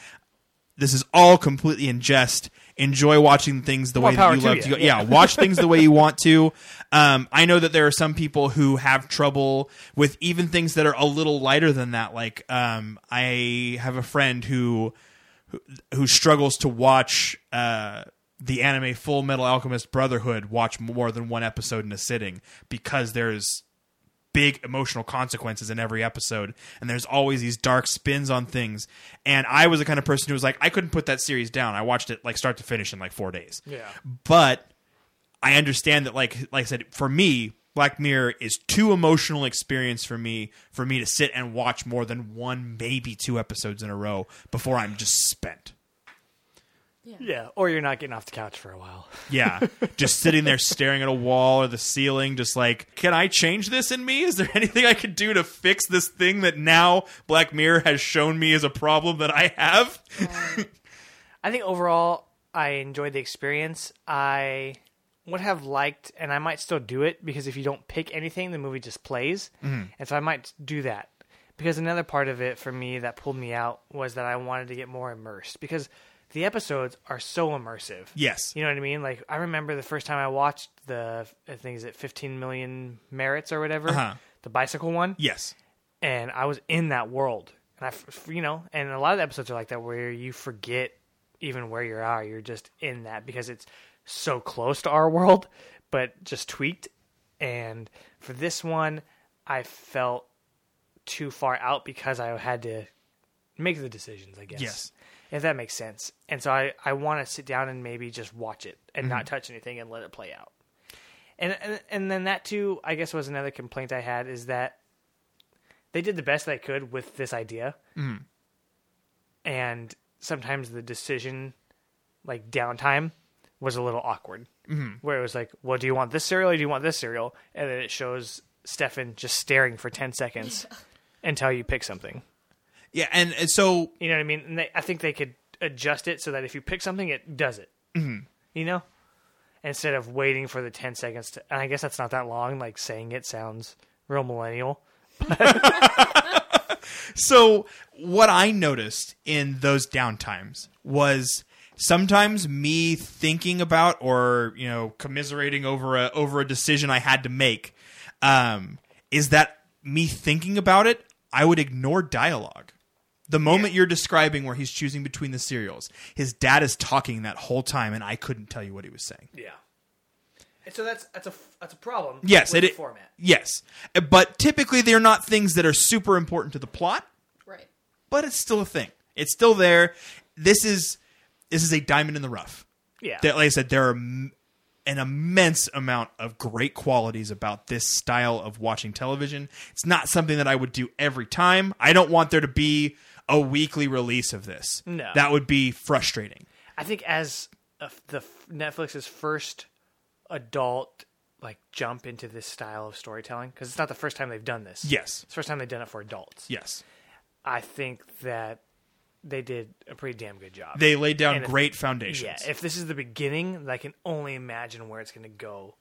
S2: this is all completely in jest. Enjoy watching things the
S1: More
S2: way
S1: power
S2: that you
S1: to
S2: love
S1: you.
S2: to. Go. Yeah, watch things the way you want to. Um, I know that there are some people who have trouble with even things that are a little lighter than that. Like, um, I have a friend who who struggles to watch uh, the anime Full Metal Alchemist Brotherhood watch more than one episode in a sitting because there's big emotional consequences in every episode and there's always these dark spins on things and i was the kind of person who was like i couldn't put that series down i watched it like start to finish in like four days
S1: Yeah.
S2: but I understand that like like I said for me Black Mirror is too emotional experience for me for me to sit and watch more than one maybe two episodes in a row before I'm just spent.
S1: yeah. Or you're not getting off the couch for a while.
S2: Yeah, just sitting there staring at a wall or the ceiling just like can I change this in me? Is there anything I could do to fix this thing that now Black Mirror has shown me is a problem that I have?
S1: I think overall, I enjoyed the experience. I would have liked, and I might still do it because if you don't pick anything, the movie just plays.
S2: Mm-hmm.
S1: And so I might do that. Because another part of it for me that pulled me out was that I wanted to get more immersed because the episodes are so immersive.
S2: Yes.
S1: You know what I mean? Like I remember the first time I watched the I think is it 15 million merits or whatever,
S2: Uh-huh.
S1: the bicycle one
S2: Yes.
S1: and I was in that world. And I, f- f- you know, and a lot of the episodes are like that where you forget even where you are. You're just in that because it's so close to our world, but just tweaked. And for this one, I felt too far out because I had to make the decisions, I guess.
S2: Yes.
S1: If that makes sense. And so I, I want to sit down and maybe just watch it and not touch anything and let it play out. And, and and then that too, I guess, was another complaint I had is that they did the best they could with this idea. And sometimes the decision, like downtime, was a little awkward. Mm-hmm. Where it was like, well, do you want this cereal or do you want this cereal? And then it shows Stefan just staring for 10 seconds until you pick something.
S2: Yeah, and, and so
S1: You know what I mean? And they, I think they could adjust it so that if you pick something, it does it. Mm-hmm. You know? Instead of waiting for the 10 seconds to. And I guess that's not that long. Like saying it sounds real millennial.
S2: So what I noticed in those downtimes was sometimes me thinking about or you know commiserating over a over a decision I had to make um, is that me thinking about it I would ignore dialogue. The moment you're describing where he's choosing between the cereals, his dad is talking that whole time, and I couldn't tell you what he was saying.
S1: Yeah. And so that's that's a that's a problem.
S2: Yes,
S1: with
S2: it
S1: the format.
S2: Yes, but typically they're not things that are super important to the plot.
S3: Right.
S2: but it's still a thing. It's still there. This is this is a diamond in the rough.
S1: Yeah,
S2: That, like I said, there are m- an immense amount of great qualities about this style of watching television. It's not something that I would do every time. I don't want there to be a weekly release of this.
S1: No.
S2: that would be frustrating.
S1: I think as a f the f- Netflix's first adult like jump into this style of storytelling because it's not the first time they've done this.
S2: Yes,
S1: it's the first time they've done it for adults.
S2: yes.
S1: I think that they did a pretty damn good job.
S2: They laid down
S1: And if-
S2: great foundations.
S1: yeah, if this is the beginning, I can only imagine where it's going to go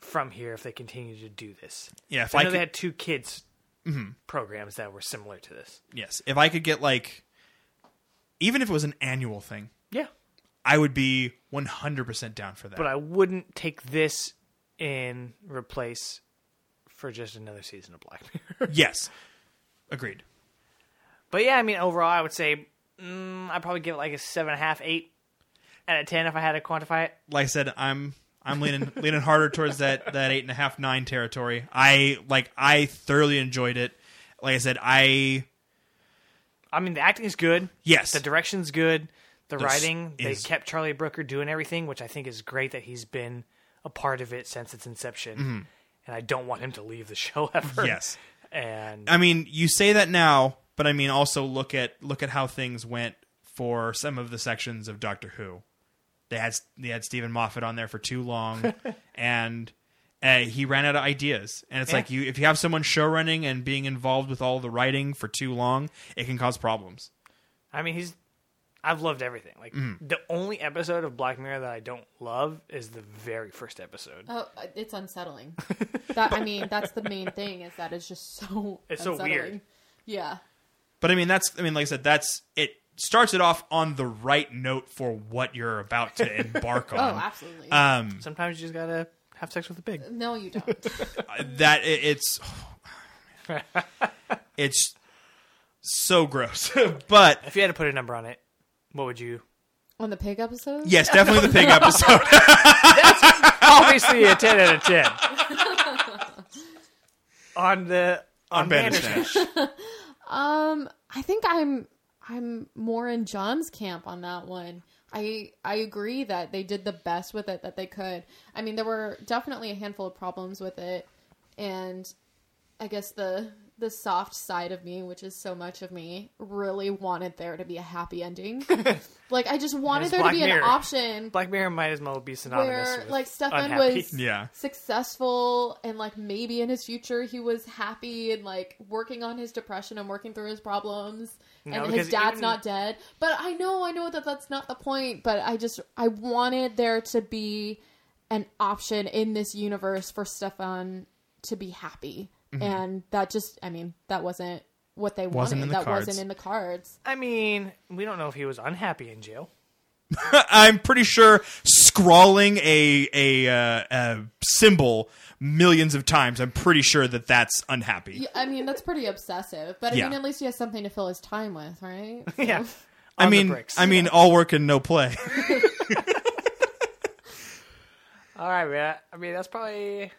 S1: from here if they continue to do this.
S2: Yeah, if
S1: I
S2: I
S1: know they
S2: could- Mm-hmm.
S1: had two kids programs that were similar to this.
S2: yes, if I could get like, even if it was an annual thing,
S1: Yeah,
S2: I would be one hundred percent down for that.
S1: but I wouldn't take this and replace for just another season of Black Mirror.
S2: yes, agreed.
S1: but yeah, I mean, overall, I would say mm, I'd probably give it like a seven and a half, eight out of ten if I had to quantify it.
S2: like I said, I'm I'm leaning leaning harder towards that that eight and a half nine territory. I like I thoroughly enjoyed it. Like I said, I
S1: I mean, the acting is good.
S2: Yes.
S1: The direction's good. The
S2: This
S1: writing, they
S2: is-
S1: kept Charlie Brooker doing everything, which I think is great that he's been a part of it since its inception. And I don't want him to leave the show ever.
S2: Mm-hmm. Yes.
S1: And
S2: I mean, you say that now, but I mean also look at look at how things went for some of the sections of Doctor Who. They had they had Stephen Moffat on there for too long, and uh, he ran out of ideas. And it's like you if you have someone show running and being involved with all the writing for too long, it can cause problems.
S1: I mean, he's. I've loved everything. Like the only episode of Black Mirror that I don't love is the very first episode.
S3: Oh, it's unsettling. that I mean, that's the main thing is that it's just so.
S1: It's so
S3: unsettling.
S1: weird.
S3: Yeah,
S2: But I mean, that's I mean, like I said, that's it starts it off on the right note for what you're about to embark on.
S3: Oh, absolutely.
S1: uh,
S2: Um,
S1: Sometimes you just gotta have sex with a pig.
S3: no, you don't.
S2: that it, it's it's so gross. but
S1: If you had to put a number on it, what would you?
S3: On the pig episode.
S2: yes, definitely the pig episode.
S1: Obviously, a ten out of ten. on the on,
S2: On
S1: Bandersnatch.
S2: Bandersnatch.
S3: Um, I think I'm I'm more in John's camp on that one. I I agree that they did the best with it that they could. I mean, there were definitely a handful of problems with it, and I guess the the soft side of me, which is so much of me, really wanted there to be a happy ending. like I just wanted
S1: It's
S3: there to
S1: Black
S3: be
S1: Mirror.
S3: an option
S1: Black Mirror might as well be synonymous
S3: where
S1: with
S3: like Stefan
S1: unhappy.
S3: was
S2: Yeah.
S3: successful and like maybe in his future he was happy and like working on his depression and working through his problems
S1: No,
S3: and his
S1: because
S3: dad's
S1: even-
S3: not dead. But I know I know that that's not the point, but I just I wanted there to be an option in this universe for Stefan to be happy. And that just I mean, that wasn't what they wanted.
S2: Mm-hmm. Wasn't in the
S3: that
S2: cards.
S3: wasn't in the cards.
S1: I mean, we don't know if he was unhappy in jail.
S2: I'm pretty sure scrawling a a uh, uh, symbol millions of times. I'm pretty sure that that's unhappy.
S3: Yeah, I mean, that's pretty obsessive, but I
S2: Yeah.
S3: mean, at least he has something to fill his time with, right?
S1: yeah. On
S2: I
S1: the
S2: mean,
S1: bricks.
S2: I mean, all work and no play.
S1: all right, man. I mean, that's probably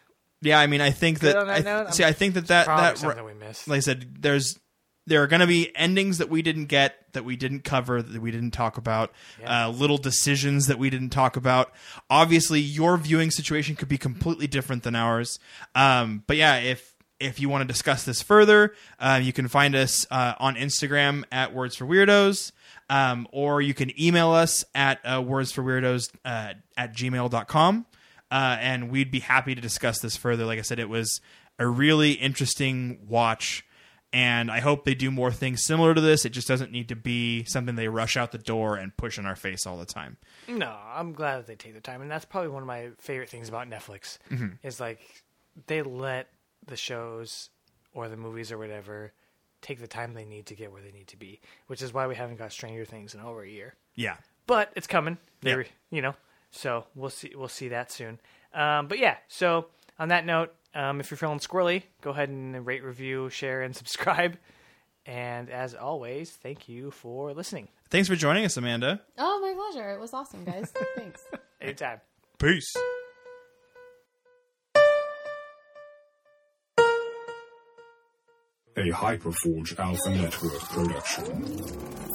S2: yeah, I mean, I think
S1: Good
S2: that.
S1: on that
S2: I th-
S1: note.
S2: see, I think that that
S1: probably
S2: that
S1: something we missed.
S2: like I said, there's there are going to be endings that we didn't get, that we didn't cover, that we didn't talk about, uh, little decisions that we didn't talk about. Obviously, your viewing situation could be completely different than ours. Um, but yeah, if if you want to discuss this further, uh, you can find us uh, on Instagram at Words for Weirdos. Um, or you can email us at uh, wordsforweirdos uh, at gmail.com uh, and we'd be happy to discuss this further. Like I said, it was a really interesting watch, and I hope they do more things similar to this. It just doesn't need to be something they rush out the door and push in our face all the time.
S1: No, I'm glad that they take the time, and that's probably one of my favorite things about Netflix is like they let the shows or the movies or whatever take the time they need to get where they need to be, which is why we haven't got Stranger Things in over a year.
S2: Yeah.
S1: but it's coming. They
S2: Yeah.
S1: re You know, so we'll see. We'll see that soon. Um, but yeah, so on that note, um, if you're feeling squirrely, go ahead and rate, review, share, and subscribe. And as always, thank you for listening.
S2: Thanks for joining us, Amanda.
S3: Oh, my pleasure. It was awesome, guys. Thanks.
S1: Anytime.
S2: Peace.
S5: A Hyperforge Alpha Network production.